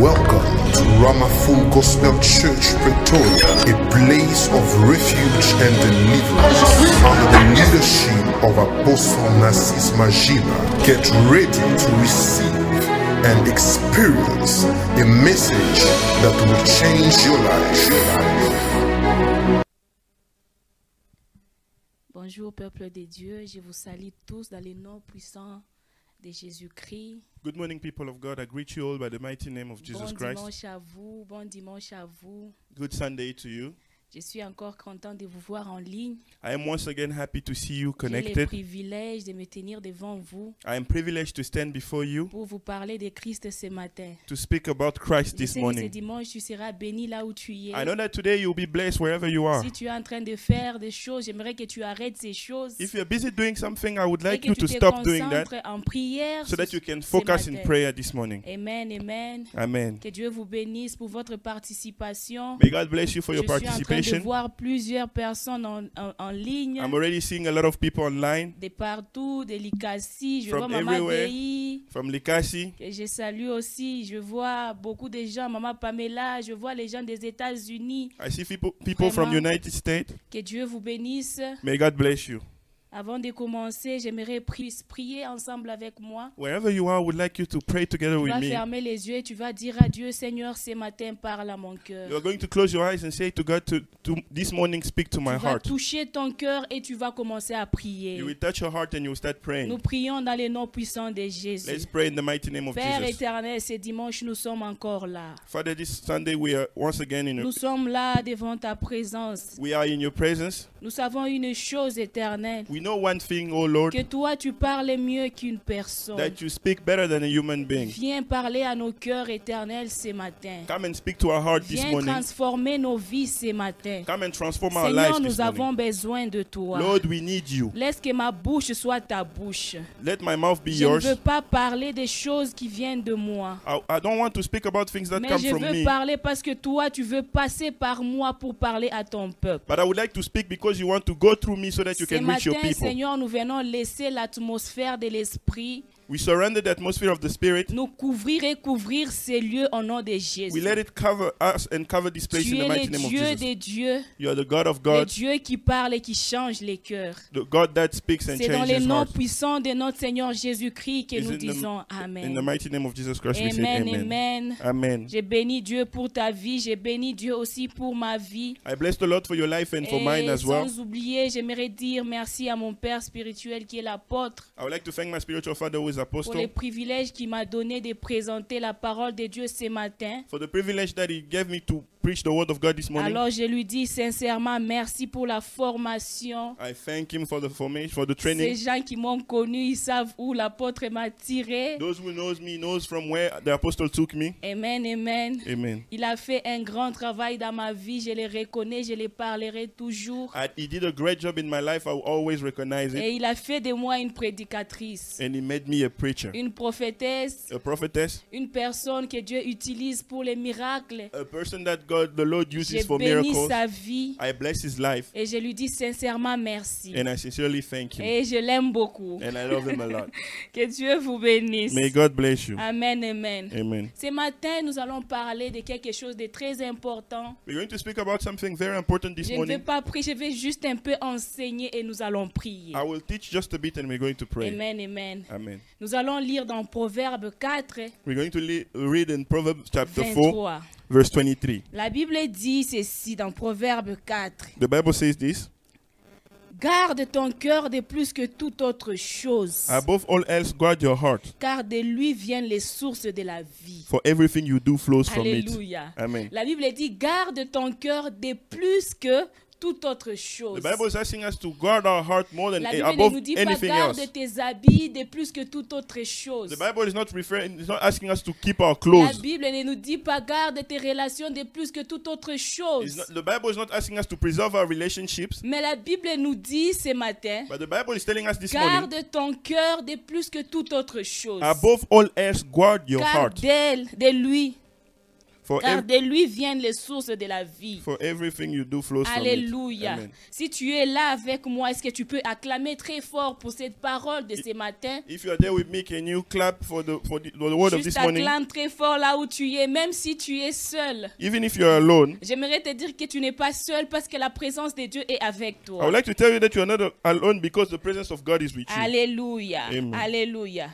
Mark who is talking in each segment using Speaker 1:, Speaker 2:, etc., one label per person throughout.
Speaker 1: Welcome to Ramafu Gospel Church, Pretoria, a place of refuge and deliverance. Under the leadership of Apostle Narcis Majima, get ready to receive and experience a message that will change your life.
Speaker 2: Bonjour peuple de Dieu, je vous salue tous dans le nom puissant de Jésus-Christ.
Speaker 3: Good morning, people of God. I greet you all by the mighty name of
Speaker 2: Bon
Speaker 3: Jesus Christ.
Speaker 2: dimanche à vous, bon dimanche à vous.
Speaker 3: Good Sunday to you.
Speaker 2: Je suis encore content de vous voir en ligne.
Speaker 3: I am once again happy to see you
Speaker 2: J'ai le
Speaker 3: connected.
Speaker 2: privilège de me tenir devant vous
Speaker 3: I am privileged to stand before you
Speaker 2: pour vous parler de Christ ce matin.
Speaker 3: to speak about
Speaker 2: Je
Speaker 3: Christ this
Speaker 2: sais que ce
Speaker 3: morning.
Speaker 2: dimanche, tu seras béni là où tu y es.
Speaker 3: I know that today you'll be blessed wherever you are.
Speaker 2: Si tu es en train de faire des choses, j'aimerais que tu arrêtes ces choses
Speaker 3: If you're busy doing something, I would
Speaker 2: et
Speaker 3: like
Speaker 2: que
Speaker 3: you
Speaker 2: tu
Speaker 3: to
Speaker 2: te
Speaker 3: stop doing that
Speaker 2: concentres en prière
Speaker 3: so that
Speaker 2: ce-
Speaker 3: you can
Speaker 2: ce
Speaker 3: focus in
Speaker 2: matin.
Speaker 3: prayer this morning.
Speaker 2: Amen, amen.
Speaker 3: Amen.
Speaker 2: Que Dieu vous bénisse pour votre participation.
Speaker 3: May God bless you for your
Speaker 2: Je suis en train de
Speaker 3: participation.
Speaker 2: voir plusieurs personnes en, en- en ligne,
Speaker 3: I'm already seeing a lot of people online
Speaker 2: de partout, de Likasi. Je
Speaker 3: From
Speaker 2: vois Maman
Speaker 3: everywhere.
Speaker 2: Dei,
Speaker 3: from Likasi.
Speaker 2: que je salue aussi. Je vois beaucoup de gens, Maman Pamela, je vois les gens des États-Unis.
Speaker 3: I see people, people from
Speaker 2: Vraiment.
Speaker 3: United States.
Speaker 2: Que Dieu vous bénisse.
Speaker 3: May God bless you.
Speaker 2: Avant de commencer, j'aimerais pri- prier ensemble avec moi.
Speaker 3: Wherever you are, I would like you to pray together
Speaker 2: Tu
Speaker 3: with
Speaker 2: vas
Speaker 3: me.
Speaker 2: fermer les yeux et tu vas dire à Dieu, Seigneur, ce matin, parle à mon
Speaker 3: You are
Speaker 2: cœur.
Speaker 3: going to close your eyes and say to God, to, to this morning, speak to
Speaker 2: Tu
Speaker 3: my
Speaker 2: vas
Speaker 3: heart.
Speaker 2: toucher ton cœur et tu vas commencer à prier.
Speaker 3: You will touch your heart and you will start
Speaker 2: Nous
Speaker 3: praying.
Speaker 2: prions dans les noms puissants de
Speaker 3: Let's
Speaker 2: Jésus.
Speaker 3: pray in the mighty name of
Speaker 2: Père
Speaker 3: Jesus.
Speaker 2: éternel, ce dimanche, nous sommes encore là.
Speaker 3: Father, this Sunday we are once again in your,
Speaker 2: Nous sommes là devant ta présence.
Speaker 3: we are in your presence.
Speaker 2: Nous savons une chose éternelle,
Speaker 3: We know one thing, oh Lord,
Speaker 2: que toi tu parles mieux qu'une personne.
Speaker 3: that you speak better than a human being.
Speaker 2: Viens parler à nos cœurs éternels ce matin.
Speaker 3: Come and speak to our heart this
Speaker 2: Viens
Speaker 3: morning.
Speaker 2: transformer nos vies ce matin.
Speaker 3: Come and transform our lives
Speaker 2: Seigneur,
Speaker 3: this
Speaker 2: nous
Speaker 3: morning.
Speaker 2: avons besoin de toi.
Speaker 3: Lord, we need you.
Speaker 2: Laisse que ma bouche soit ta bouche.
Speaker 3: Let my mouth be
Speaker 2: Je ne
Speaker 3: yours.
Speaker 2: veux pas parler des choses qui viennent de moi.
Speaker 3: I, I don't want to speak about things that
Speaker 2: Mais
Speaker 3: come
Speaker 2: je
Speaker 3: from
Speaker 2: veux
Speaker 3: me,
Speaker 2: parler parce que toi, tu veux passer par moi pour parler à ton peuple.
Speaker 3: but I would like to speak because you want to go through me so that you
Speaker 2: Ce
Speaker 3: can reach your
Speaker 2: matin,
Speaker 3: people.
Speaker 2: Seigneur, nous venons laisser l'atmosphère de l'esprit
Speaker 3: We surrender the atmosphere of the Spirit
Speaker 2: nous couvrir et couvrir ces lieux au nom de Jésus.
Speaker 3: We let it cover us and cover this place
Speaker 2: tu es
Speaker 3: in the mighty
Speaker 2: le
Speaker 3: name of
Speaker 2: Dieu
Speaker 3: Jesus.
Speaker 2: des dieux,
Speaker 3: You are the God of
Speaker 2: le
Speaker 3: God,
Speaker 2: Dieu qui parle et qui change les cœurs.
Speaker 3: the God that speaks and
Speaker 2: C'est dans les
Speaker 3: changes
Speaker 2: noms
Speaker 3: hearts.
Speaker 2: puissants de notre Seigneur Jésus-Christ que
Speaker 3: It's
Speaker 2: nous
Speaker 3: in the-
Speaker 2: disons
Speaker 3: In the
Speaker 2: Amen.
Speaker 3: mighty name of Jesus Christ, we say
Speaker 2: Amen,
Speaker 3: amen. Uh,
Speaker 2: amen.
Speaker 3: Amen.
Speaker 2: J'ai béni Dieu pour ta vie, j'ai béni Dieu aussi pour ma vie.
Speaker 3: I bless the Lord for your life and for mine
Speaker 2: Et
Speaker 3: as well.
Speaker 2: sans oublier, j'aimerais dire merci à mon Père spirituel qui est l'apôtre
Speaker 3: I would like to thank my spiritual father who is
Speaker 2: pour le
Speaker 3: apostle
Speaker 2: privilège qu'il m'a donné de présenter la parole de Dieu ce matin.
Speaker 3: for the privilege that he gave me to preach the word of God this morning.
Speaker 2: Alors je lui dis sincèrement merci pour la formation.
Speaker 3: I thank him for the formation, for the
Speaker 2: Ces
Speaker 3: Ah, training.
Speaker 2: gens qui m'ont connu, ils savent où l'apôtre m'a tiré.
Speaker 3: Those who knows me knows from where the apostle took me.
Speaker 2: Amen, amen.
Speaker 3: Amen.
Speaker 2: Il a fait un grand travail dans ma vie, je le reconnais, je le parlerai toujours.
Speaker 3: And he did a great job in my life. I will always recognize it.
Speaker 2: Et il a fait de moi une prédicatrice,
Speaker 3: And he made me a preacher,
Speaker 2: une prophétesse,
Speaker 3: a prophetess,
Speaker 2: une personne que Dieu utilise pour les miracles.
Speaker 3: a person that God, the Lord uses
Speaker 2: J'ai
Speaker 3: for
Speaker 2: béni
Speaker 3: miracles.
Speaker 2: sa
Speaker 3: Ah.
Speaker 2: vie
Speaker 3: I bless his life
Speaker 2: et je lui dis sincèrement merci.
Speaker 3: and I sincerely thank him.
Speaker 2: Et je l'aime beaucoup.
Speaker 3: And I love him a lot.
Speaker 2: Que Dieu vous bénisse.
Speaker 3: Eh. May God Eh. bless you.
Speaker 2: Amen, amen.
Speaker 3: Amen.
Speaker 2: Ce matin, nous allons parler de quelque chose de très important.
Speaker 3: We're going to speak about something very important this
Speaker 2: Je ne vais
Speaker 3: morning.
Speaker 2: pas prier, je vais juste un peu enseigner et nous allons prier.
Speaker 3: I will teach just a bit and we're going to pray.
Speaker 2: Amen, amen.
Speaker 3: Amen.
Speaker 2: Nous allons lire dans Proverbe 4,
Speaker 3: We're going to le- read in Proverbs chapter 4,
Speaker 2: 23.
Speaker 3: verse 23.
Speaker 2: La Bible dit ceci dans Proverbe 4.
Speaker 3: The Bible says this
Speaker 2: Garde ton cœur de plus que toute autre chose,
Speaker 3: Above all else, guard your heart,
Speaker 2: car de lui viennent les sources de la vie.
Speaker 3: for everything you do flows from it.
Speaker 2: Alléluia.
Speaker 3: Amen.
Speaker 2: La Bible dit garde ton cœur de plus que toute autre
Speaker 3: The
Speaker 2: chose.
Speaker 3: Bible is asking us to guard our heart more than
Speaker 2: La
Speaker 3: eh,
Speaker 2: Bible ne
Speaker 3: above
Speaker 2: nous dit pas
Speaker 3: anything
Speaker 2: garde
Speaker 3: else.
Speaker 2: tes habits de plus que toute autre chose.
Speaker 3: The Bible is not referring, it's not asking us to keep our
Speaker 2: La
Speaker 3: clothes.
Speaker 2: Bible ne nous dit pas garde tes relations de plus que toute autre
Speaker 3: It's
Speaker 2: chose.
Speaker 3: not- the Bible is not asking us to preserve our relationships,
Speaker 2: Mais la Bible nous dit ce matin,
Speaker 3: but the Bible is telling us this morning,
Speaker 2: garde ton cœur de plus que toute autre chose.
Speaker 3: above all else, guard your
Speaker 2: Car
Speaker 3: heart,
Speaker 2: d'elle, de lui,
Speaker 3: For,
Speaker 2: Car
Speaker 3: ev-
Speaker 2: de lui viennent les sources de la vie.
Speaker 3: for everything you do flows
Speaker 2: Alléluia.
Speaker 3: from it. Amen.
Speaker 2: Si tu es là avec moi, est-ce que tu peux acclamer très fort pour cette parole de ce matin?
Speaker 3: If you are there with me, can you clap for the for the, for the word of
Speaker 2: Juste
Speaker 3: this morning?
Speaker 2: acclame très fort là où tu es, même si tu es seul.
Speaker 3: Even if you are alone,
Speaker 2: J'aimerais te dire que tu n'es pas seul parce que la présence de Dieu est avec
Speaker 3: I would
Speaker 2: toi.
Speaker 3: like to tell you that you are not a- alone because the presence of God is with you.
Speaker 2: Alléluia.
Speaker 3: Amen.
Speaker 2: Alléluia.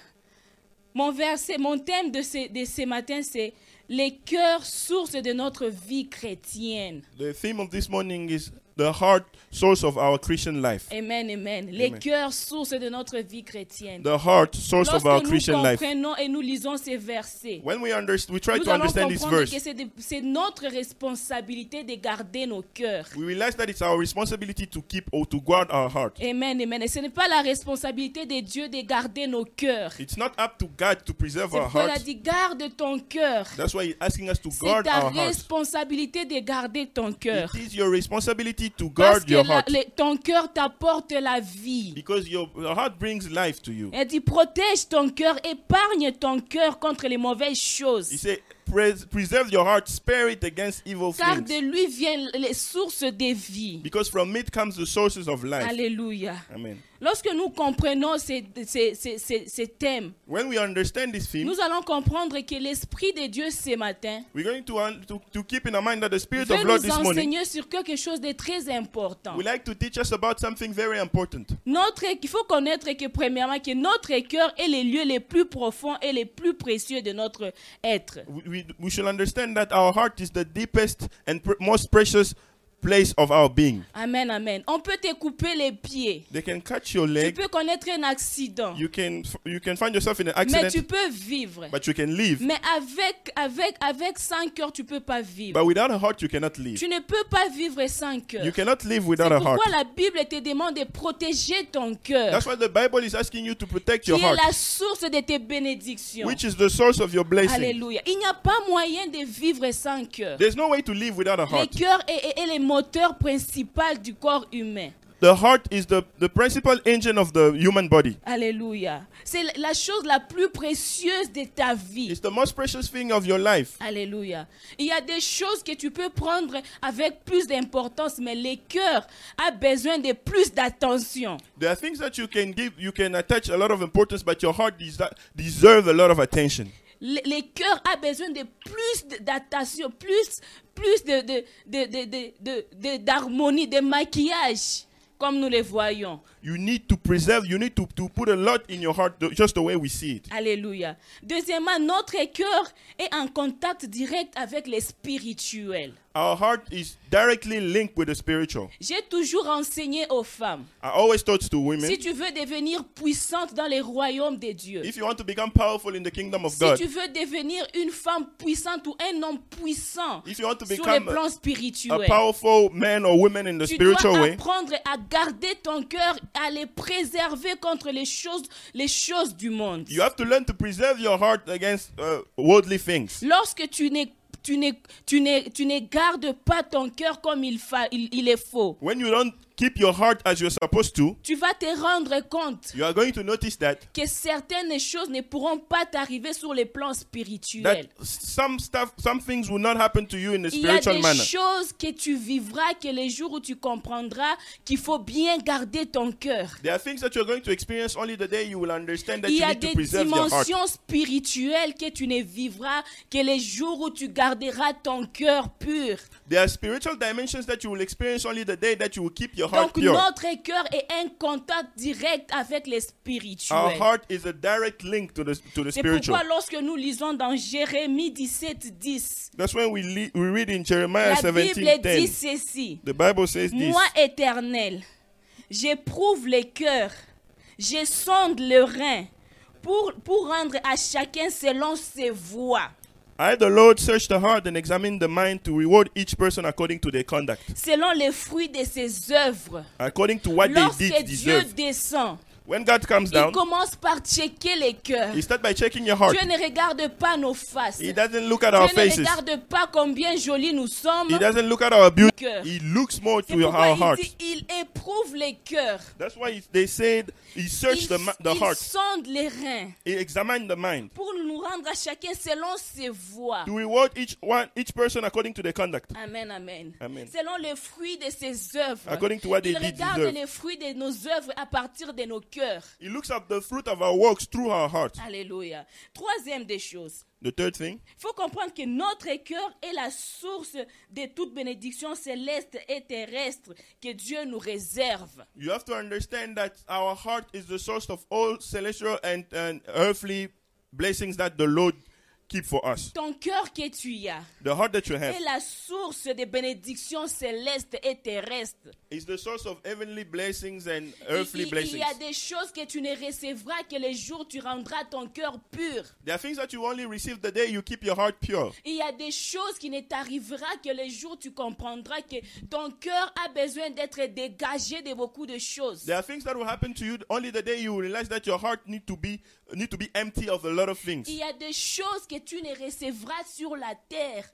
Speaker 2: Mon verset, mon thème de ce, de ce matin, c'est les cœurs source de notre vie chrétienne.
Speaker 3: The theme of this morning is the heart source of our Christian life.
Speaker 2: Amen, amen. Les
Speaker 3: Amen.
Speaker 2: cœurs source de notre vie chrétienne.
Speaker 3: The heart source
Speaker 2: Lorsque
Speaker 3: of our
Speaker 2: nous
Speaker 3: Christian life.
Speaker 2: comprenons et nous lisons ces versets,
Speaker 3: When we understand, we try
Speaker 2: nous
Speaker 3: to
Speaker 2: allons
Speaker 3: understand this
Speaker 2: comprendre
Speaker 3: verse.
Speaker 2: que c'est de- c'est notre responsabilité de garder nos cœurs.
Speaker 3: We realize that it's our responsibility to keep or to guard our heart.
Speaker 2: Amen, amen. Et ce n'est pas la responsabilité de Dieu de garder nos cœurs.
Speaker 3: It's not up to God to preserve
Speaker 2: C'est
Speaker 3: our
Speaker 2: pourquoi il a
Speaker 3: heart.
Speaker 2: dit garde ton cœur.
Speaker 3: That's why He's asking us to
Speaker 2: C'est
Speaker 3: guard
Speaker 2: ta
Speaker 3: our heart.
Speaker 2: responsabilité de garder ton cœur.
Speaker 3: It is your responsibility to
Speaker 2: Parce
Speaker 3: guard
Speaker 2: que
Speaker 3: your
Speaker 2: la-
Speaker 3: heart
Speaker 2: le- ton cœur t'apporte la vie.
Speaker 3: because your, your heart brings life to you.
Speaker 2: Il dit protège ton cœur, épargne ton cœur contre les mauvaises
Speaker 3: He
Speaker 2: choses.
Speaker 3: said, "Pres- Preserve your heart, spare it against evil
Speaker 2: Car
Speaker 3: things.
Speaker 2: de lui viennent les sources de vie.
Speaker 3: Because from it comes the sources of life.
Speaker 2: Alléluia.
Speaker 3: Amen.
Speaker 2: Lorsque nous comprenons ces, ces- ces- ces- ces thèmes,
Speaker 3: When we understand this theme,
Speaker 2: nous allons comprendre que l'Esprit de Dieu ce matin
Speaker 3: we're going to, un- to, to keep in our mind that the Spirit
Speaker 2: veut
Speaker 3: of Lord
Speaker 2: nous
Speaker 3: this morning
Speaker 2: enseigner sur quelque chose de très important.
Speaker 3: would like to teach us about something very important.
Speaker 2: Notre, il faut connaître que premièrement que notre cœur est le lieu le plus profond et le plus précieux de notre être.
Speaker 3: We, we, we should understand that our heart is the deepest and pr- most precious place of our being.
Speaker 2: Amen, amen. On peut te couper les pieds.
Speaker 3: They can catch your
Speaker 2: Tu
Speaker 3: leg.
Speaker 2: peux connaître un accident,
Speaker 3: You can f- you can find yourself in an
Speaker 2: mais tu
Speaker 3: accident,
Speaker 2: peux vivre.
Speaker 3: but you can live.
Speaker 2: Mais avec avec avec sans cœur, tu peux pas vivre.
Speaker 3: But without a heart, you cannot live.
Speaker 2: Tu ne peux pas vivre sans cœur.
Speaker 3: You cannot live
Speaker 2: C'est
Speaker 3: without a heart.
Speaker 2: pourquoi la Bible te demande de protéger ton cœur,
Speaker 3: That's why the Bible is asking you to protect
Speaker 2: qui
Speaker 3: your
Speaker 2: est
Speaker 3: heart,
Speaker 2: la source de tes bénédictions.
Speaker 3: which is the source of your blessing.
Speaker 2: Alléluia. Il n'y a pas moyen de vivre sans cœur.
Speaker 3: There's no way to live without a
Speaker 2: Le
Speaker 3: heart.
Speaker 2: cœur est, est- est le moteur principal du corps humain.
Speaker 3: The heart is the, the principal engine of the human body.
Speaker 2: Alléluia. C'est la- la chose la plus précieuse de ta vie.
Speaker 3: It's the most precious thing of your life.
Speaker 2: Alléluia. Il y a des choses que tu peux prendre avec plus d'importance, mais le cœur a besoin de plus d'attention.
Speaker 3: There are things that you can give, you can attach a lot of importance, but your heart desi- deserves a lot of attention.
Speaker 2: Le, le cœur a besoin de plus d- d'attention, plus, plus de, de, de, de, de, de- de- d'harmonie, de maquillage, comme nous le voyons.
Speaker 3: You need to preserve, you need to, to put a lot in your heart, th- just the way we see it.
Speaker 2: Alléluia. Deuxièmement, notre cœur est en contact direct avec les spirituels.
Speaker 3: Our heart is directly linked with the spiritual.
Speaker 2: J'ai toujours enseigné aux femmes,
Speaker 3: I always taught to women,
Speaker 2: si tu veux devenir puissante dans les royaumes de Dieu,
Speaker 3: if you want to become powerful in the kingdom of
Speaker 2: si
Speaker 3: God,
Speaker 2: tu veux devenir une femme puissante ou un homme puissant
Speaker 3: If you want to
Speaker 2: sur le
Speaker 3: become a-
Speaker 2: plan
Speaker 3: a
Speaker 2: spirituel,
Speaker 3: powerful man or woman in the
Speaker 2: tu
Speaker 3: spiritual
Speaker 2: dois
Speaker 3: way,
Speaker 2: apprendre à garder ton cœur, à le préserver contre les choses, les choses du monde.
Speaker 3: you have to learn to preserve your heart against uh, worldly things.
Speaker 2: Lorsque tu n'es tu ne, tu ne- tu ne gardes pas ton cœur comme il, fa- il, il est faux.
Speaker 3: When you don't keep your heart as you're supposed to,
Speaker 2: Tu vas te rendre compte
Speaker 3: you are going to notice that
Speaker 2: que certaines choses ne pourront pas t'arriver sur le plan
Speaker 3: that
Speaker 2: spirituel.
Speaker 3: some stuff, some things will not happen to you in a
Speaker 2: Il y a
Speaker 3: spiritual
Speaker 2: des
Speaker 3: manner.
Speaker 2: choses que tu vivras que les jours où tu comprendras qu'il faut bien garder ton cœur.
Speaker 3: There are things that you're going to experience only the day you will understand that
Speaker 2: Il
Speaker 3: you
Speaker 2: y a
Speaker 3: need to
Speaker 2: des
Speaker 3: preserve your heart.
Speaker 2: dimensions spirituelles que tu ne vivras que les jours où tu garderas ton cœur pur.
Speaker 3: There are spiritual dimensions that you will experience only the day that you will keep your heart
Speaker 2: Donc
Speaker 3: pure.
Speaker 2: notre cœur est un contact direct avec les
Speaker 3: Our
Speaker 2: spirituels.
Speaker 3: heart is a direct link to the to the
Speaker 2: C'est
Speaker 3: spiritual.
Speaker 2: pourquoi lorsque nous lisons dans Jérémie 17, 10,
Speaker 3: That's when we le- we read in Jeremiah
Speaker 2: la Bible dit
Speaker 3: 17:10.
Speaker 2: ceci.
Speaker 3: The Bible says this.
Speaker 2: Moi éternel, j'éprouve les cœurs, je sonde le rein pour, pour rendre à chacun selon ses voies,
Speaker 3: I, the Lord, search the heart and examine the mind to reward each person according to their conduct,
Speaker 2: selon les fruits de ses œuvres.
Speaker 3: according to what
Speaker 2: Lorsque
Speaker 3: they did
Speaker 2: Dieu
Speaker 3: deserve.
Speaker 2: descend,
Speaker 3: When God comes
Speaker 2: il
Speaker 3: down,
Speaker 2: commence par checker les cœurs.
Speaker 3: He starts by checking your heart.
Speaker 2: Dieu ne regarde pas nos faces. Dieu
Speaker 3: He doesn't look at our
Speaker 2: ne
Speaker 3: faces.
Speaker 2: regarde pas combien jolis nous sommes.
Speaker 3: He doesn't look at our beauty.
Speaker 2: Cœur.
Speaker 3: He looks more
Speaker 2: C'est
Speaker 3: to
Speaker 2: pourquoi
Speaker 3: our
Speaker 2: il
Speaker 3: heart.
Speaker 2: dit, il éprouve les cœurs.
Speaker 3: That's why he- they said he
Speaker 2: Il,
Speaker 3: searched the, ma- the
Speaker 2: il
Speaker 3: heart.
Speaker 2: sonde les reins
Speaker 3: He examined the mind
Speaker 2: pour nous rendre à chacun selon ses voies.
Speaker 3: to reward each one, each person according to their conduct.
Speaker 2: Amen, amen,
Speaker 3: Amen.
Speaker 2: Selon les fruits de ses œuvres.
Speaker 3: According to what they
Speaker 2: Il
Speaker 3: did
Speaker 2: regarde
Speaker 3: deserve.
Speaker 2: les fruits de nos œuvres à partir de nos cœurs.
Speaker 3: He looks at the fruit of our works through our heart.
Speaker 2: Alléluia. Troisième des choses.
Speaker 3: The third thing,
Speaker 2: Il faut comprendre que notre cœur est la source de toute bénédiction céleste et terrestre que Dieu nous réserve.
Speaker 3: you have to understand that our heart is the source of all celestial and, and earthly blessings that the Lord keep for us.
Speaker 2: Ton cœur que tu as
Speaker 3: The heart that you have
Speaker 2: est la source des bénédictions célestes et terrestres.
Speaker 3: is the source of heavenly blessings and
Speaker 2: Il,
Speaker 3: earthly
Speaker 2: il- il y
Speaker 3: blessings.
Speaker 2: a des choses que tu ne recevras que les jours tu rendras ton cœur pur.
Speaker 3: There are things that you only receive the day you keep your heart pure.
Speaker 2: Il y a des choses qui ne t'arrivera que les jours tu comprendras que ton cœur a besoin d'être dégagé de beaucoup de choses.
Speaker 3: There are things that will happen to you only the day you realize that your heart need to be need to be empty of a lot of things.
Speaker 2: Il y a des choses que tu ne recevras sur la terre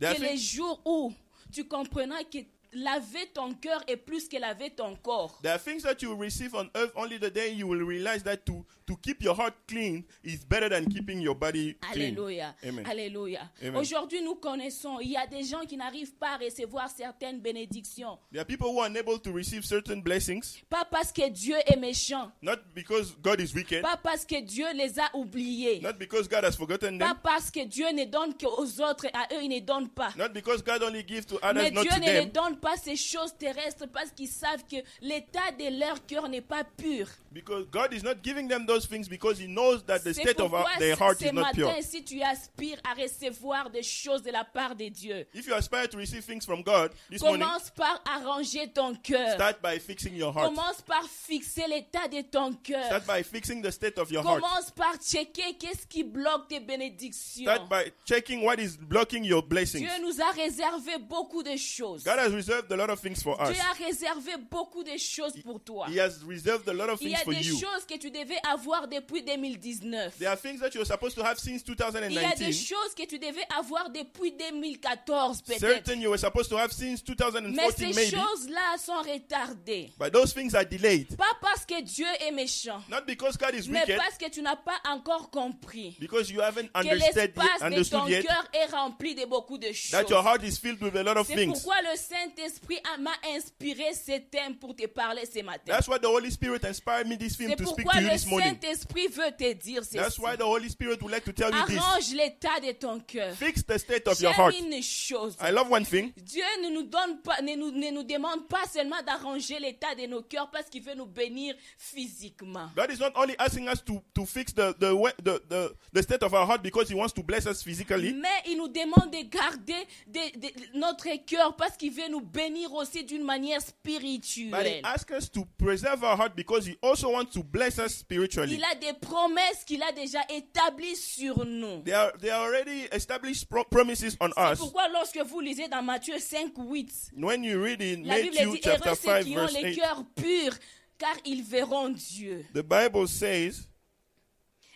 Speaker 3: There are
Speaker 2: que les
Speaker 3: things-
Speaker 2: jours où tu comprendras que laver ton cœur est plus que laver ton corps.
Speaker 3: There are things that you will receive on earth only the day you will realize that to, to keep your heart clean is better than keeping your body clean.
Speaker 2: Alléluia.
Speaker 3: Amen.
Speaker 2: Alléluia.
Speaker 3: Amen.
Speaker 2: Aujourd'hui, nous connaissons, il y a des gens qui n'arrivent pas à recevoir certaines bénédictions.
Speaker 3: There are people who are unable to receive certain blessings,
Speaker 2: Pas parce que Dieu est méchant,
Speaker 3: not because God is wicked,
Speaker 2: pas parce que Dieu les a oubliés,
Speaker 3: not because God has forgotten
Speaker 2: pas
Speaker 3: them,
Speaker 2: parce que Dieu ne donne qu'aux autres et à eux, il ne donne pas.
Speaker 3: not because God only gives to
Speaker 2: Mais
Speaker 3: others, not
Speaker 2: Dieu
Speaker 3: to
Speaker 2: ne leur
Speaker 3: them,
Speaker 2: donne pas ces choses terrestres parce qu'ils savent que l'état de leur cœur n'est pas pur.
Speaker 3: because God is not giving them those things because He knows that the
Speaker 2: C'est
Speaker 3: state of
Speaker 2: pourquoi
Speaker 3: our, their
Speaker 2: ce
Speaker 3: heart
Speaker 2: ce
Speaker 3: is not pure.
Speaker 2: matin, si tu aspires à recevoir des choses de la part de Dieu,
Speaker 3: If you aspire to receive things from God this morning,
Speaker 2: commence par arranger ton cœur.
Speaker 3: start by fixing your heart.
Speaker 2: Commence par fixer l'état de ton cœur.
Speaker 3: Start by fixing the state of your heart.
Speaker 2: Commence par checker qu'est-ce qui bloque tes bénédictions.
Speaker 3: Start by checking what is blocking your blessings.
Speaker 2: Dieu nous a réservé beaucoup de choses.
Speaker 3: God has reserved a lot of things for us.
Speaker 2: Dieu a réservé beaucoup de choses pour toi.
Speaker 3: He has reserved a lot of
Speaker 2: Il y
Speaker 3: things
Speaker 2: a
Speaker 3: for
Speaker 2: des
Speaker 3: you.
Speaker 2: choses que tu devais avoir depuis 2019.
Speaker 3: There are things that you're supposed to have since
Speaker 2: Il y a des
Speaker 3: 2019.
Speaker 2: choses que tu devais avoir depuis 2014 peut-être.
Speaker 3: Certain you were supposed to have since
Speaker 2: Mais
Speaker 3: 2014
Speaker 2: ces
Speaker 3: maybe.
Speaker 2: choses-là sont retardées.
Speaker 3: But those things are delayed.
Speaker 2: Pas parce que Dieu est méchant,
Speaker 3: Not because God is
Speaker 2: mais
Speaker 3: wicked,
Speaker 2: parce que tu n'as pas encore compris
Speaker 3: because you haven't
Speaker 2: que
Speaker 3: understood
Speaker 2: l'espace de
Speaker 3: yet,
Speaker 2: ton
Speaker 3: understood yet
Speaker 2: cœur est rempli de beaucoup de choses.
Speaker 3: that your heart is filled with a lot of
Speaker 2: C'est
Speaker 3: things.
Speaker 2: pourquoi le Saint-Esprit a- m'a inspiré ce thème pour te parler ce matin.
Speaker 3: That's why the Holy Spirit inspired me this film
Speaker 2: C'est
Speaker 3: to speak
Speaker 2: pourquoi
Speaker 3: to you
Speaker 2: le
Speaker 3: this morning.
Speaker 2: Saint-Esprit veut te dire
Speaker 3: That's
Speaker 2: ceci.
Speaker 3: why the Holy Spirit would like to tell you this.
Speaker 2: Arrange l'état de ton cœur.
Speaker 3: Fix the state of your heart.
Speaker 2: J'aime une chose.
Speaker 3: I love one thing.
Speaker 2: Dieu ne nous donne pas, ne nous, ne nous demande pas seulement d'arranger l'état de nos cœurs parce qu'il veut nous bénir physiquement.
Speaker 3: God is not only asking us to, to fix the, the, way- the, the, the state of our heart because He wants to bless us physically,
Speaker 2: Mais il nous demande de garder de- de- notre cœur parce qu'il veut nous bénir aussi d'une manière
Speaker 3: but He
Speaker 2: spirituelle.
Speaker 3: asks us to preserve our heart because He also wants to bless us spiritually.
Speaker 2: Il a des promesses qu'il a déjà établies sur nous.
Speaker 3: They are, they are already established pro- promises on
Speaker 2: C'est
Speaker 3: us.
Speaker 2: pourquoi lorsque vous lisez dans Matthieu 5, 8,
Speaker 3: When you read in
Speaker 2: la Bible
Speaker 3: Matthew
Speaker 2: dit,
Speaker 3: chapter
Speaker 2: heureux ceux
Speaker 3: 5,
Speaker 2: qui ont
Speaker 3: verse
Speaker 2: les
Speaker 3: 8,
Speaker 2: cœurs purs, car ils verront Dieu.
Speaker 3: the Bible says,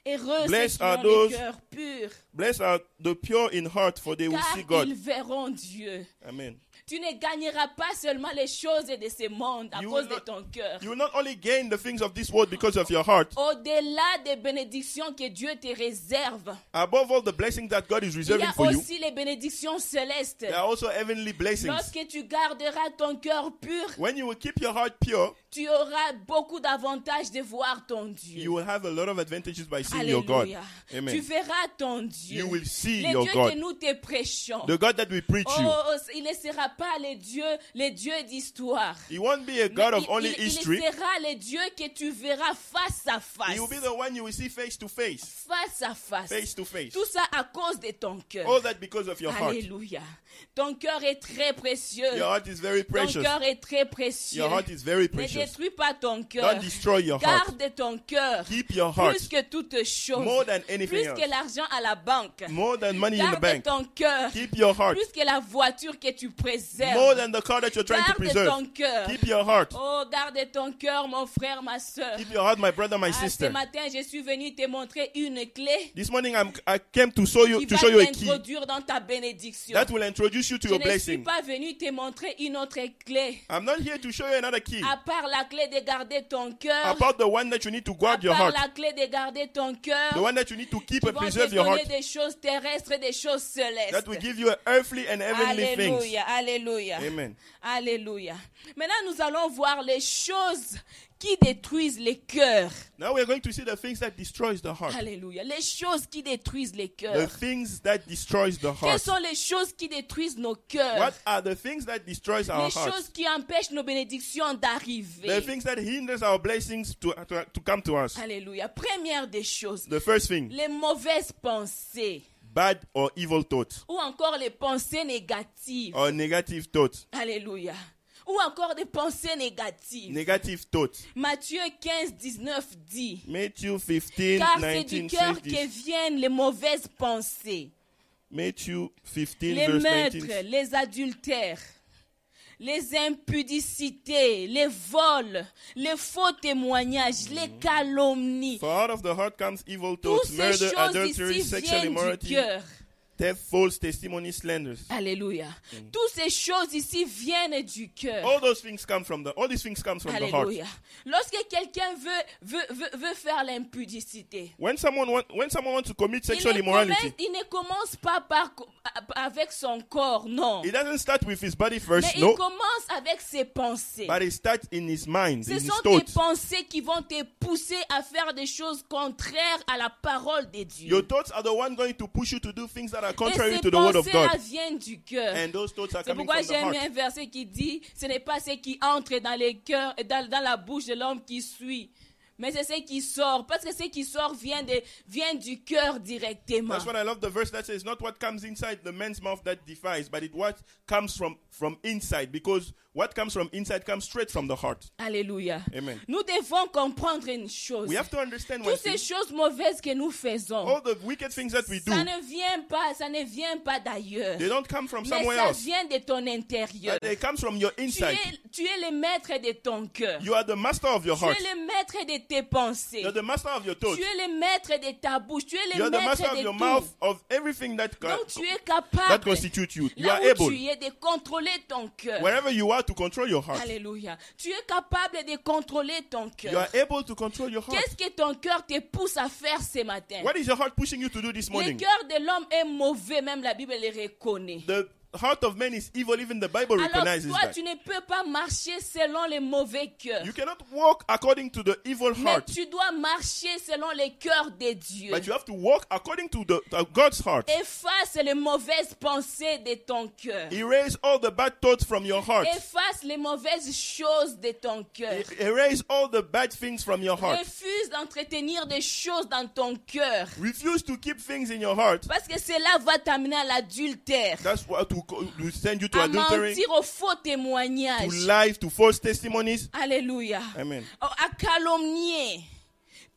Speaker 2: Heureux
Speaker 3: Blessed
Speaker 2: ceux qui
Speaker 3: are
Speaker 2: ont
Speaker 3: those
Speaker 2: les cœurs purs,
Speaker 3: Blessed are the pure in heart, for they will see
Speaker 2: car ils
Speaker 3: God.
Speaker 2: verront Dieu.
Speaker 3: Amen.
Speaker 2: Tu ne gagneras pas seulement les choses de ce monde à
Speaker 3: You
Speaker 2: cause
Speaker 3: will
Speaker 2: de
Speaker 3: not-
Speaker 2: ton cœur.
Speaker 3: You will not only gain the things of this world because of your heart,
Speaker 2: Au-delà des bénédictions que Dieu te réserve,
Speaker 3: above all the blessings that God is
Speaker 2: il y
Speaker 3: reserving
Speaker 2: a
Speaker 3: for you,
Speaker 2: aussi les bénédictions célestes.
Speaker 3: there are also heavenly blessings.
Speaker 2: Lorsque tu garderas ton cœur pur,
Speaker 3: When you will keep your heart pure,
Speaker 2: tu auras beaucoup d'avantages de voir ton
Speaker 3: you
Speaker 2: Dieu.
Speaker 3: will have a lot of advantages by seeing your God.
Speaker 2: Alléluia. Tu
Speaker 3: Amen.
Speaker 2: verras ton Dieu.
Speaker 3: You will see
Speaker 2: les
Speaker 3: your
Speaker 2: dieux
Speaker 3: God.
Speaker 2: que nous te prêchons.
Speaker 3: The God that we preach
Speaker 2: Oh,
Speaker 3: you,
Speaker 2: oh, il ne sera pas les dieux, les dieux d'histoire.
Speaker 3: He won't be a God
Speaker 2: Mais
Speaker 3: of
Speaker 2: il-
Speaker 3: only
Speaker 2: il, il
Speaker 3: history.
Speaker 2: sera les dieux que tu verras face à face.
Speaker 3: He will be the one you will see face to face.
Speaker 2: face à face.
Speaker 3: Face Oh, to face.
Speaker 2: Tout ça à cause de ton cœur.
Speaker 3: All that because of your heart.
Speaker 2: Alléluia. Ton cœur est très précieux.
Speaker 3: Your heart is very
Speaker 2: Ton
Speaker 3: precious.
Speaker 2: cœur est très précieux.
Speaker 3: Your heart is very
Speaker 2: Ne
Speaker 3: precious.
Speaker 2: détruis pas ton cœur.
Speaker 3: Don't destroy your heart.
Speaker 2: Garde ton cœur.
Speaker 3: Keep your heart.
Speaker 2: Plus que toute chose.
Speaker 3: More than anything
Speaker 2: plus
Speaker 3: else.
Speaker 2: que l'argent à la banque.
Speaker 3: More than money in the
Speaker 2: Garde
Speaker 3: bank.
Speaker 2: ton cœur.
Speaker 3: Keep your heart.
Speaker 2: Plus que la voiture que tu préserves.
Speaker 3: More than the car that you're trying to
Speaker 2: Garde ton
Speaker 3: preserve.
Speaker 2: cœur.
Speaker 3: Keep your heart.
Speaker 2: Oh, garde ton cœur, mon frère, ma soeur.
Speaker 3: Keep your heart, my brother, my
Speaker 2: Ah, ce
Speaker 3: sister.
Speaker 2: matin, je suis venu te montrer une clé
Speaker 3: This morning I'm, I came to show you
Speaker 2: qui
Speaker 3: to
Speaker 2: va
Speaker 3: show you a key
Speaker 2: t'introduire dans ta bénédiction.
Speaker 3: that will introduce you to
Speaker 2: Je
Speaker 3: your
Speaker 2: ne suis
Speaker 3: blessing.
Speaker 2: pas venu te montrer une autre clé
Speaker 3: I'm not here to show you another key.
Speaker 2: à part la clé de garder ton cœur.
Speaker 3: about the one that you need to
Speaker 2: À
Speaker 3: guard your
Speaker 2: part
Speaker 3: heart,
Speaker 2: la clé de garder ton
Speaker 3: the
Speaker 2: cœur.
Speaker 3: one that you need to keep
Speaker 2: Qui
Speaker 3: and
Speaker 2: vont
Speaker 3: preserve
Speaker 2: te
Speaker 3: your heart,
Speaker 2: donner des choses terrestres et des choses
Speaker 3: that
Speaker 2: célestes.
Speaker 3: will give you earthly and heavenly things.
Speaker 2: Alléluia, alléluia.
Speaker 3: Amen.
Speaker 2: Alléluia. Maintenant, nous allons voir les choses qui détruisent les cœurs.
Speaker 3: Now we are going to see the things that destroys the heart.
Speaker 2: Alléluia. Les choses qui détruisent les
Speaker 3: The
Speaker 2: cœurs.
Speaker 3: things that destroys the
Speaker 2: Quelles
Speaker 3: heart.
Speaker 2: sont les choses qui détruisent nos cœurs?
Speaker 3: What are the things that destroys our
Speaker 2: Les
Speaker 3: hearts?
Speaker 2: choses qui empêchent nos bénédictions
Speaker 3: The
Speaker 2: d'arriver.
Speaker 3: things that hinders our blessings to, to, to come to us.
Speaker 2: Alléluia. Première des choses,
Speaker 3: The first thing,
Speaker 2: les mauvaises pensées
Speaker 3: bad or evil thoughts
Speaker 2: ou encore les pensées négatives.
Speaker 3: or negative thoughts.
Speaker 2: Alléluia. Ou encore des pensées négatives.
Speaker 3: Negative thoughts.
Speaker 2: Matthieu 15, 19 dit.
Speaker 3: Matthew 15,
Speaker 2: Car c'est du
Speaker 3: 19
Speaker 2: cœur
Speaker 3: says
Speaker 2: que
Speaker 3: this.
Speaker 2: viennent les mauvaises pensées,
Speaker 3: Matthew 15,
Speaker 2: les
Speaker 3: verse
Speaker 2: meurtres,
Speaker 3: 19.
Speaker 2: les adultères, les impudicités, les vols, les faux témoignages, les calomnies.
Speaker 3: For out of the heart comes evil
Speaker 2: Toutes
Speaker 3: thoughts,
Speaker 2: ces
Speaker 3: Mm. murder,
Speaker 2: choses
Speaker 3: adultery,
Speaker 2: ici
Speaker 3: sexual
Speaker 2: viennent du
Speaker 3: immorality,
Speaker 2: cœur.
Speaker 3: theft, false testimony, slanders.
Speaker 2: Alléluia.
Speaker 3: Mm.
Speaker 2: Toutes ces choses ici viennent du cœur.
Speaker 3: All those things come from the. All these things comes from the heart.
Speaker 2: Alléluia. Lorsque quelqu'un veut, veut, veut, veut faire l'impudicité,
Speaker 3: When someone want, when someone wants to commit
Speaker 2: il,
Speaker 3: sexual
Speaker 2: ne
Speaker 3: immorality,
Speaker 2: commence- il ne commence pas par, co- avec son corps, non.
Speaker 3: it doesn't start with his body
Speaker 2: Mais
Speaker 3: first,
Speaker 2: il
Speaker 3: no,
Speaker 2: commence avec ses pensées.
Speaker 3: but it starts in his mind, in
Speaker 2: Ce
Speaker 3: his
Speaker 2: sont tes
Speaker 3: thoughts.
Speaker 2: pensées qui vont te pousser à faire des choses contraires à la parole de
Speaker 3: Your
Speaker 2: Dieu.
Speaker 3: thoughts are the one going to push you to do things that are
Speaker 2: Et
Speaker 3: contrary
Speaker 2: ces
Speaker 3: to the word of
Speaker 2: pensées-là
Speaker 3: God,
Speaker 2: viennent du cœur.
Speaker 3: and those thoughts are
Speaker 2: C'est
Speaker 3: coming
Speaker 2: pourquoi
Speaker 3: from the
Speaker 2: j'aime
Speaker 3: heart.
Speaker 2: un verset qui dit Ce n'est pas ce qui entre dans les cœurs, dans, dans la bouche de l'homme qui suit, mais c'est ce qui sort. Parce que ce qui sort vient, de, vient du cœur directement.
Speaker 3: That's what I love the verse that says, "Not what comes inside the man's mouth that defiles, but it what comes from from inside, because what comes from inside comes straight from the heart."
Speaker 2: Alléluia.
Speaker 3: Amen.
Speaker 2: Nous devons comprendre une chose
Speaker 3: We have to understand one
Speaker 2: toutes ces
Speaker 3: thing:
Speaker 2: choses mauvaises que nous faisons.
Speaker 3: all the wicked things that we Oh, do,
Speaker 2: Ça ne vient pas, ça ne vient pas d'ailleurs.
Speaker 3: they don't come from
Speaker 2: Mais
Speaker 3: somewhere
Speaker 2: ça
Speaker 3: else.
Speaker 2: vient de ton
Speaker 3: but
Speaker 2: intérieur.
Speaker 3: They come from your
Speaker 2: Tu es,
Speaker 3: inside.
Speaker 2: tu es le maître de ton cœur.
Speaker 3: You are the master of your
Speaker 2: Tu
Speaker 3: heart.
Speaker 2: es le maître de tes pensées.
Speaker 3: You're the master of your
Speaker 2: Tu
Speaker 3: thoughts.
Speaker 2: es le maître de ta bouche. Tu es le
Speaker 3: You're the
Speaker 2: maître
Speaker 3: master of
Speaker 2: de
Speaker 3: your
Speaker 2: tout.
Speaker 3: mouth, of everything that co-
Speaker 2: Donc tu es
Speaker 3: that
Speaker 2: capable,
Speaker 3: constitutes you. You
Speaker 2: là
Speaker 3: are
Speaker 2: où
Speaker 3: able,
Speaker 2: tu es, de contrôler ton cœur.
Speaker 3: wherever you are, to control your heart.
Speaker 2: Alléluia. Tu es capable de contrôler ton
Speaker 3: You are
Speaker 2: cœur.
Speaker 3: able to control your heart.
Speaker 2: Qu'est-ce que ton cœur te pousse à faire ce matin?
Speaker 3: What is your heart pushing you to do this
Speaker 2: Le
Speaker 3: morning?
Speaker 2: cœur de l'homme est mauvais, même la Bible le reconnaît.
Speaker 3: The heart of man is evil. Even the Bible
Speaker 2: Alors
Speaker 3: recognizes
Speaker 2: toi,
Speaker 3: that.
Speaker 2: tu ne peux pas marcher selon les mauvais cœurs.
Speaker 3: You cannot walk according to the evil
Speaker 2: Mais
Speaker 3: heart,
Speaker 2: tu dois marcher selon les cœurs de Dieu.
Speaker 3: but you have to walk according to the to God's heart.
Speaker 2: Efface les mauvaises pensées de ton cœur.
Speaker 3: Erase all the bad thoughts from your heart.
Speaker 2: Efface les mauvaises choses de ton cœur.
Speaker 3: E- Erase all the bad things from your heart.
Speaker 2: Refuse d'entretenir des choses dans ton cœur.
Speaker 3: Refuse to keep things in your heart.
Speaker 2: Parce que cela va t'amener à l'adultère,
Speaker 3: That's what will co- will send you to
Speaker 2: à
Speaker 3: adultery,
Speaker 2: mentir aux faux
Speaker 3: to
Speaker 2: témoignages.
Speaker 3: lies, to false testimonies.
Speaker 2: Alléluia. Oh,
Speaker 3: Amen.
Speaker 2: À calomnier.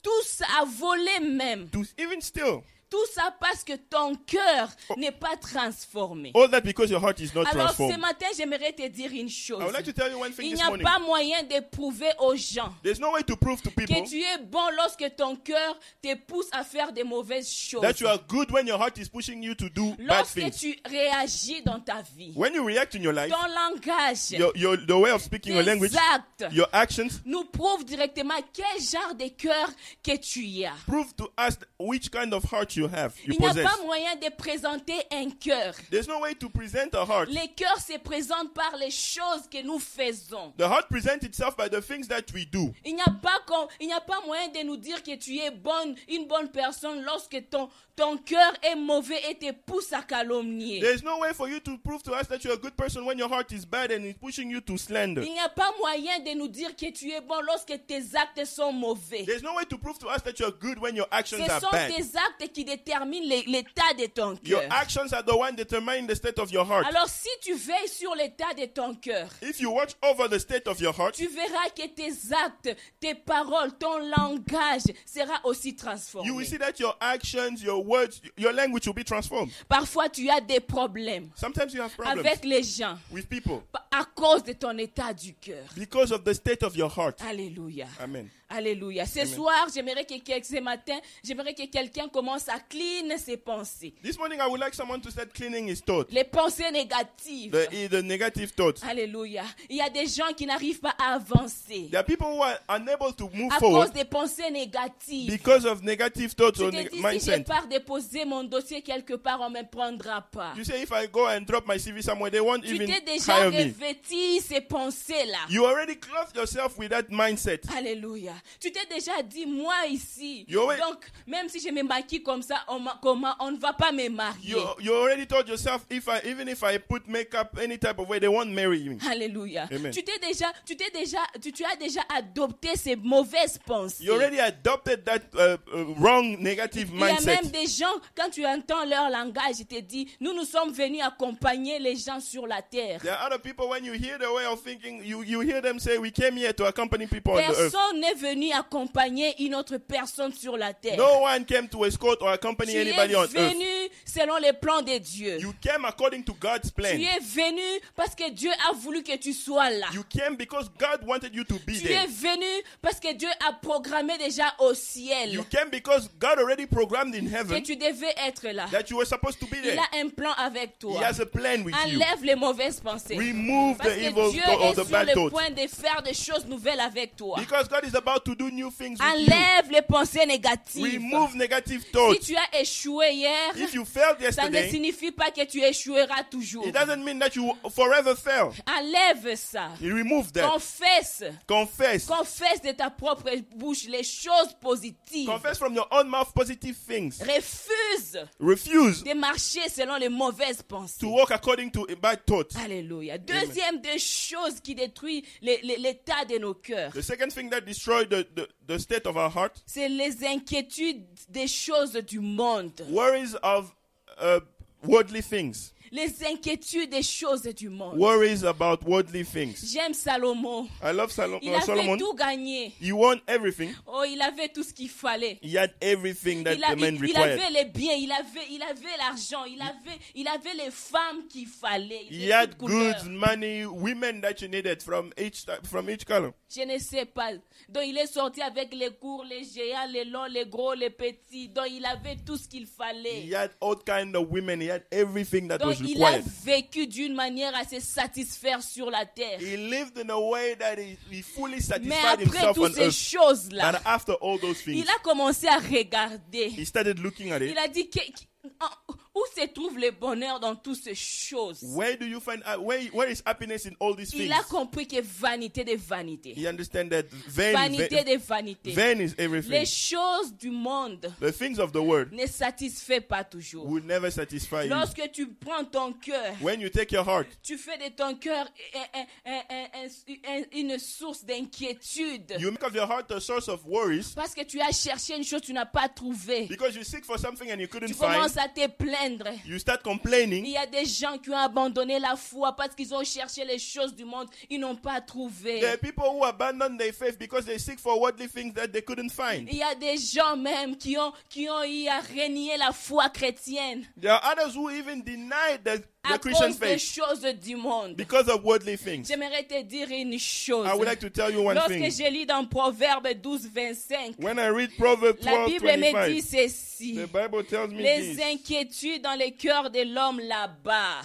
Speaker 2: Tout ça, à voler même.
Speaker 3: To even still,
Speaker 2: Tout ça parce que ton cœur
Speaker 3: Oh.
Speaker 2: n'est pas transformé.
Speaker 3: all that because your heart is not
Speaker 2: Alors ce
Speaker 3: transformed.
Speaker 2: matin, j'aimerais te dire une chose.
Speaker 3: I would like to tell you one thing
Speaker 2: Il
Speaker 3: this
Speaker 2: n'y a
Speaker 3: morning.
Speaker 2: pas moyen de prouver aux gens
Speaker 3: There's no way to prove to people
Speaker 2: que tu es bon lorsque ton cœur te pousse à faire des mauvaises choses.
Speaker 3: that you are good when your heart is pushing you to do bad
Speaker 2: Lorsque
Speaker 3: things.
Speaker 2: tu réagis dans ta vie,
Speaker 3: When you react in your life,
Speaker 2: ton langage,
Speaker 3: your, your, the way of speaking your language,
Speaker 2: tes actes
Speaker 3: your actions
Speaker 2: nous prouvent directement quel genre de cœur que tu as.
Speaker 3: prove to us which kind of heart you have, you
Speaker 2: Il n'y a
Speaker 3: possess.
Speaker 2: pas moyen de présenter un cœur.
Speaker 3: There's no way to present a heart.
Speaker 2: Les cœurs se présentent par les choses que nous faisons.
Speaker 3: The heart presents itself by the things that we do.
Speaker 2: Il n'y a pas com- il n'y a pas moyen de nous dire que tu es bonne, une bonne personne lorsque ton, ton cœur est mauvais et te pousse à calomnier.
Speaker 3: There's no way for you to prove to us that you're a good person when your heart is bad and it's pushing you to slander.
Speaker 2: Il n'y a pas moyen de nous dire que tu es bon lorsque tes actes sont mauvais.
Speaker 3: There's no way to prove to us that you're good when your
Speaker 2: Ce
Speaker 3: actions are
Speaker 2: sont
Speaker 3: bad.
Speaker 2: tes actes qui déterminent les- l'état de ton
Speaker 3: Your
Speaker 2: cœur.
Speaker 3: actions are the one determining the state of your heart.
Speaker 2: Alors si tu veilles sur l'état de ton cœur,
Speaker 3: If you watch over the state of your heart,
Speaker 2: tu verras que tes actes, tes paroles, ton langage sera aussi transformé.
Speaker 3: you will see that your actions, your words, your language will be transformed.
Speaker 2: Parfois tu as des problèmes
Speaker 3: Sometimes you have problems
Speaker 2: avec les gens
Speaker 3: with people
Speaker 2: à cause de ton état du cœur.
Speaker 3: because of the state of your heart.
Speaker 2: Alléluia.
Speaker 3: Amen.
Speaker 2: Alléluia. Ce soir, j'aimerais que, quel- ce matin, j'aimerais que quelqu'un commence à clean ses pensées.
Speaker 3: This morning, I would like someone to start cleaning his thoughts,
Speaker 2: Les pensées négatives.
Speaker 3: the, the negative thoughts.
Speaker 2: Alléluia. Il y a des gens qui n'arrivent pas à avancer
Speaker 3: There are people who are unable to move
Speaker 2: à
Speaker 3: forward
Speaker 2: cause des pensées négatives.
Speaker 3: because of negative thoughts
Speaker 2: Tu
Speaker 3: or
Speaker 2: te
Speaker 3: neg-
Speaker 2: dis, si je
Speaker 3: mindset.
Speaker 2: pars déposer mon dossier quelque part, on ne me prendra pas.
Speaker 3: You say, if I go and drop my CV somewhere, they won't
Speaker 2: Tu
Speaker 3: even
Speaker 2: t'es déjà
Speaker 3: hire me.
Speaker 2: revêti ces pensées-là.
Speaker 3: You already clothed yourself with that mindset.
Speaker 2: Alléluia. Tu t'es déjà dit, moi ici.
Speaker 3: Yo, ouais.
Speaker 2: Donc, même si je me maquille comme ça, on, m'a- comment, on ne va pas me marier.
Speaker 3: You, you already told yourself, if I even if I put makeup any type of way, they won't marry me.
Speaker 2: Alléluia.
Speaker 3: Amen.
Speaker 2: Tu t'es déjà, tu t'es déjà, tu, tu as déjà adopté ces mauvaises pensées.
Speaker 3: You already adopted that uh, uh, wrong negative
Speaker 2: Il y a même
Speaker 3: mindset.
Speaker 2: des gens, quand tu entends leur langage, ils te disent, nous nous sommes venus accompagner les gens sur la terre.
Speaker 3: There are other people when you hear the way of thinking, you, you hear them say, "We came here to accompany people on the earth."
Speaker 2: Personne n'est venu accompagner une autre personne sur la terre.
Speaker 3: No one came to escort or
Speaker 2: tu
Speaker 3: accompany
Speaker 2: es
Speaker 3: anybody on earth.
Speaker 2: venu selon les plans de Dieu.
Speaker 3: You came according to God's
Speaker 2: tu
Speaker 3: plan.
Speaker 2: es venu parce que Dieu a voulu que tu sois là.
Speaker 3: You came because God wanted you to be
Speaker 2: tu es
Speaker 3: there.
Speaker 2: venu parce que Dieu a programmé déjà au ciel
Speaker 3: You came because God already programmed in
Speaker 2: que
Speaker 3: heaven
Speaker 2: tu devais être là.
Speaker 3: that you were supposed to be
Speaker 2: Il
Speaker 3: there.
Speaker 2: a un plan avec
Speaker 3: He
Speaker 2: toi.
Speaker 3: has a plan with you.
Speaker 2: Enlève les mauvaises pensées.
Speaker 3: Remove
Speaker 2: Parce
Speaker 3: the
Speaker 2: que
Speaker 3: evil
Speaker 2: Dieu
Speaker 3: thought- or
Speaker 2: est
Speaker 3: the
Speaker 2: sur
Speaker 3: bad
Speaker 2: le
Speaker 3: thoughts.
Speaker 2: point de faire des choses nouvelles avec toi.
Speaker 3: Because God is about to do new things with you.
Speaker 2: Enlève les pensées négatives.
Speaker 3: Remove negative
Speaker 2: Si
Speaker 3: thoughts.
Speaker 2: tu as échoué hier,
Speaker 3: If you failed
Speaker 2: ça ne
Speaker 3: yesterday,
Speaker 2: signifie pas que tu échoueras toujours.
Speaker 3: it doesn't mean that you will forever fail.
Speaker 2: Enlève ça.
Speaker 3: You remove that.
Speaker 2: Confesse.
Speaker 3: Confess.
Speaker 2: Confesse de ta propre bouche les choses positives.
Speaker 3: Confess from your own mouth positive things.
Speaker 2: Refuse
Speaker 3: Refuse
Speaker 2: de marcher selon les mauvaises pensées.
Speaker 3: to walk according to bad thoughts.
Speaker 2: Alléluia. Deuxième des choses qui détruit les- les- l'état de nos cœurs,
Speaker 3: The second thing that destroyed the, the, the state of our heart,
Speaker 2: c'est les inquiétudes des choses du monde.
Speaker 3: worries of uh, worldly things.
Speaker 2: Les inquiétudes des choses du monde.
Speaker 3: Worries about worldly things.
Speaker 2: J'aime Salomon.
Speaker 3: I love Salo-
Speaker 2: Il
Speaker 3: uh,
Speaker 2: avait
Speaker 3: Solomon.
Speaker 2: tout gagné.
Speaker 3: He won everything.
Speaker 2: Oh, il avait tout ce qu'il fallait.
Speaker 3: He had everything that
Speaker 2: Il, a-
Speaker 3: the man
Speaker 2: il- il
Speaker 3: required.
Speaker 2: avait les biens, il avait, il avait l'argent, il avait, il avait les femmes qu'il fallait. de
Speaker 3: He had
Speaker 2: toutes couleurs.
Speaker 3: goods, money, women that you needed from each type- from each color.
Speaker 2: Je ne sais pas. Donc il est sorti avec les cours, les géants, les longs, les gros, les petits. Donc il avait tout ce qu'il
Speaker 3: He
Speaker 2: fallait.
Speaker 3: had all kind of women. He had everything that
Speaker 2: Donc
Speaker 3: was
Speaker 2: il a
Speaker 3: required.
Speaker 2: vécu d'une manière à se satisfaire sur la terre.
Speaker 3: He lived in a way that he, he fully
Speaker 2: Mais
Speaker 3: satisfied
Speaker 2: après
Speaker 3: himself
Speaker 2: toutes
Speaker 3: on
Speaker 2: ces
Speaker 3: earth. And
Speaker 2: choses-là,
Speaker 3: after all those things,
Speaker 2: il a commencé à regarder.
Speaker 3: he started looking at
Speaker 2: Il
Speaker 3: it.
Speaker 2: a dit que- que- en- où se trouve le bonheur dans toutes ces choses.
Speaker 3: Where do you find uh, where where is happiness in all these
Speaker 2: Il
Speaker 3: things?
Speaker 2: a compris que vanité de vanité.
Speaker 3: He understand that vain,
Speaker 2: Vanité
Speaker 3: vain,
Speaker 2: de vanité.
Speaker 3: vain is
Speaker 2: Les
Speaker 3: everything.
Speaker 2: choses du monde
Speaker 3: The things of the world
Speaker 2: ne satisfait pas toujours.
Speaker 3: will never satisfy you.
Speaker 2: Lorsque tu prends ton cœur,
Speaker 3: When you take your heart
Speaker 2: tu fais de ton cœur un- un- un- un- un- une source d'inquiétude.
Speaker 3: You make of your heart a source of worries
Speaker 2: Parce que tu as cherché une chose, tu n'as pas trouvé.
Speaker 3: because you seek for something and you couldn't
Speaker 2: Tu
Speaker 3: find.
Speaker 2: commences à te plaindre.
Speaker 3: You start
Speaker 2: Il
Speaker 3: complaining.
Speaker 2: y a des gens qui ont abandonné la foi parce qu'ils ont cherché les choses du monde, ils n'ont pas
Speaker 3: There are
Speaker 2: trouvé.
Speaker 3: people who abandon their faith because they seek for worldly things that they couldn't find.
Speaker 2: Il y a des gens même qui ont, qui ont eu à régner la foi chrétienne
Speaker 3: There are others who even deny the,
Speaker 2: à
Speaker 3: the Christian
Speaker 2: cause des
Speaker 3: faith
Speaker 2: choses du monde.
Speaker 3: because of worldly things.
Speaker 2: J'aimerais te dire une chose.
Speaker 3: I would like to tell you one
Speaker 2: Lorsque
Speaker 3: thing.
Speaker 2: je lis dans Proverbe 12, 25,
Speaker 3: When I read Proverbs
Speaker 2: la
Speaker 3: 12
Speaker 2: Bible me dit
Speaker 3: 25,
Speaker 2: ceci.
Speaker 3: the Bible tells me
Speaker 2: Les
Speaker 3: this.
Speaker 2: inquiétudes dans les cœurs de l'homme là-bas.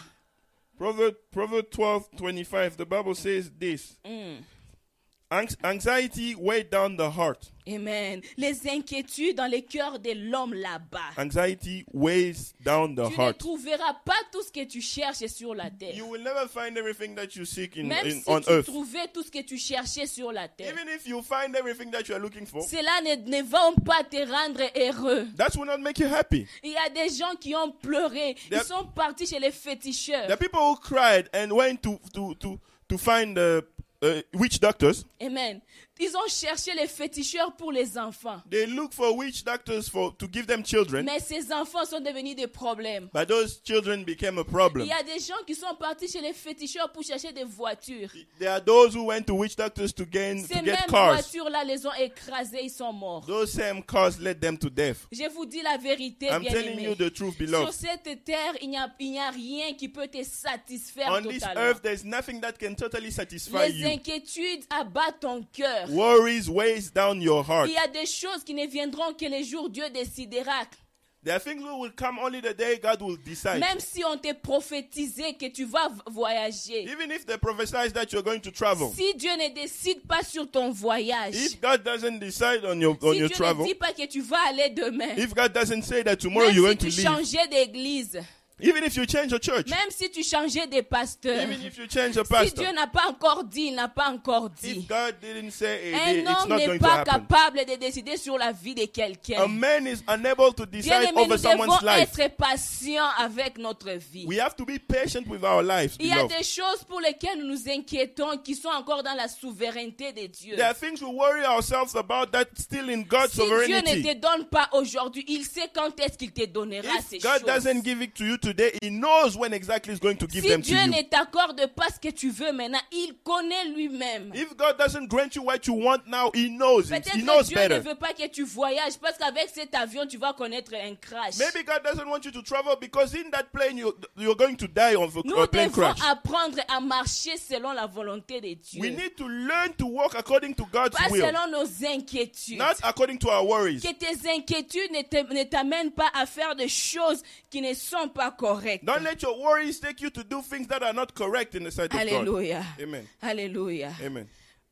Speaker 3: Proverbs Proverb 12 25, the Bible says this.
Speaker 2: Mm.
Speaker 3: Anx- Anxiety weigh down the heart.
Speaker 2: Amen. Les inquiétudes dans les cœurs de l'homme là-bas.
Speaker 3: Anxiety weighs down the
Speaker 2: Tu ne
Speaker 3: heart.
Speaker 2: trouveras pas tout ce que tu cherches sur la terre.
Speaker 3: You will never find everything that you seek in,
Speaker 2: Même
Speaker 3: in-
Speaker 2: si
Speaker 3: on
Speaker 2: tu
Speaker 3: earth.
Speaker 2: trouvais tout ce que tu cherchais sur la terre,
Speaker 3: Even if you find everything that you are looking for,
Speaker 2: Oh. cela ne, ne va pas te rendre heureux.
Speaker 3: that will not make you happy.
Speaker 2: Il y a des gens qui ont pleuré. Ils
Speaker 3: There-
Speaker 2: sont partis chez les féticheurs.
Speaker 3: The people who cried and went to to to to find uh, uh, witch doctors,
Speaker 2: Amen. Ils ont cherché les féticheurs pour les enfants.
Speaker 3: they look for witch doctors for to give them children,
Speaker 2: Mais ces enfants sont devenus des problèmes.
Speaker 3: but those children became a
Speaker 2: Il
Speaker 3: problem.
Speaker 2: y a des gens qui sont partis chez les féticheurs pour chercher des voitures.
Speaker 3: There are those who went to witch doctors to gain
Speaker 2: Ces
Speaker 3: to
Speaker 2: mêmes
Speaker 3: get cars.
Speaker 2: voitures-là les ont écrasés, ils sont morts.
Speaker 3: Those same cars led them to death.
Speaker 2: Je vous dis la vérité,
Speaker 3: I'm telling you
Speaker 2: bien-aimés.
Speaker 3: the truth,
Speaker 2: Sur
Speaker 3: beloved.
Speaker 2: cette terre, il n'y a, il n'y a rien qui peut te satisfaire
Speaker 3: On this
Speaker 2: totalement.
Speaker 3: earth, there's nothing that can totally satisfy
Speaker 2: Les
Speaker 3: you.
Speaker 2: inquiétudes abattent ton cœur.
Speaker 3: Worries weighs down your heart.
Speaker 2: Il y a des choses qui ne viendront que les jours Dieu décidera.
Speaker 3: There are things that will come only the day God will decide.
Speaker 2: Même si on t'a prophétisé que tu vas v- voyager,
Speaker 3: Even if they prophesize that you're going to travel,
Speaker 2: si Dieu ne décide pas sur ton voyage, si
Speaker 3: if God doesn't decide on your on
Speaker 2: Dieu
Speaker 3: your
Speaker 2: ne
Speaker 3: travel,
Speaker 2: dit pas que tu vas aller demain,
Speaker 3: if God doesn't say that tomorrow
Speaker 2: même
Speaker 3: you're
Speaker 2: si
Speaker 3: going to
Speaker 2: tu
Speaker 3: leave,
Speaker 2: changeais d'église,
Speaker 3: even if you change your church,
Speaker 2: même si tu changeais de pasteur,
Speaker 3: even if you change your
Speaker 2: si Dieu
Speaker 3: pastor,
Speaker 2: n'a pas encore dit, il n'a pas encore
Speaker 3: if
Speaker 2: dit.
Speaker 3: God didn't say it,
Speaker 2: Un
Speaker 3: it- it's
Speaker 2: homme
Speaker 3: not
Speaker 2: n'est
Speaker 3: going to
Speaker 2: pas
Speaker 3: happen.
Speaker 2: capable de décider sur la vie de
Speaker 3: A
Speaker 2: quelqu'un.
Speaker 3: man is unable to
Speaker 2: Bien
Speaker 3: decide
Speaker 2: aimé, nous
Speaker 3: over
Speaker 2: devons
Speaker 3: someone's life.
Speaker 2: être patients avec notre vie.
Speaker 3: We have to be patient with our lives,
Speaker 2: Il y a
Speaker 3: beloved.
Speaker 2: des choses pour lesquelles nous nous inquiétons qui sont encore dans la souveraineté de Dieu.
Speaker 3: There are things we worry ourselves about that still in God's
Speaker 2: Si Dieu ne
Speaker 3: sovereignty.
Speaker 2: te donne pas aujourd'hui, il sait quand est-ce qu'il te donnera ces
Speaker 3: If God doesn't
Speaker 2: choses.
Speaker 3: give it to you today, He knows when exactly He's going to give
Speaker 2: Si
Speaker 3: them to
Speaker 2: Dieu
Speaker 3: you.
Speaker 2: ne t'accorde pas ce que tu veux maintenant, il connaît lui-même.
Speaker 3: If God doesn't grant you what you want now, He knows. It.
Speaker 2: Peut-être
Speaker 3: He
Speaker 2: que
Speaker 3: knows
Speaker 2: Dieu ne
Speaker 3: better.
Speaker 2: veut pas que tu voyages parce qu'avec cet avion, tu vas connaître un crash.
Speaker 3: Maybe God doesn't want you to travel because in that plane you you're going to die of a,
Speaker 2: Nous
Speaker 3: a plane
Speaker 2: devons
Speaker 3: crash.
Speaker 2: apprendre à marcher selon la volonté de
Speaker 3: We
Speaker 2: Dieu,
Speaker 3: need to learn to walk according to God's
Speaker 2: pas
Speaker 3: will,
Speaker 2: selon nos inquiétudes.
Speaker 3: not according to our worries,
Speaker 2: Que tes inquiétudes ne te- ne t'amènent pas à faire des choses qui ne sont pas correctes.
Speaker 3: Don't let your worries take you to do things that are not correct in the sight of God.
Speaker 2: Alléluia.
Speaker 3: Amen.
Speaker 2: Alléluia.
Speaker 3: Amen.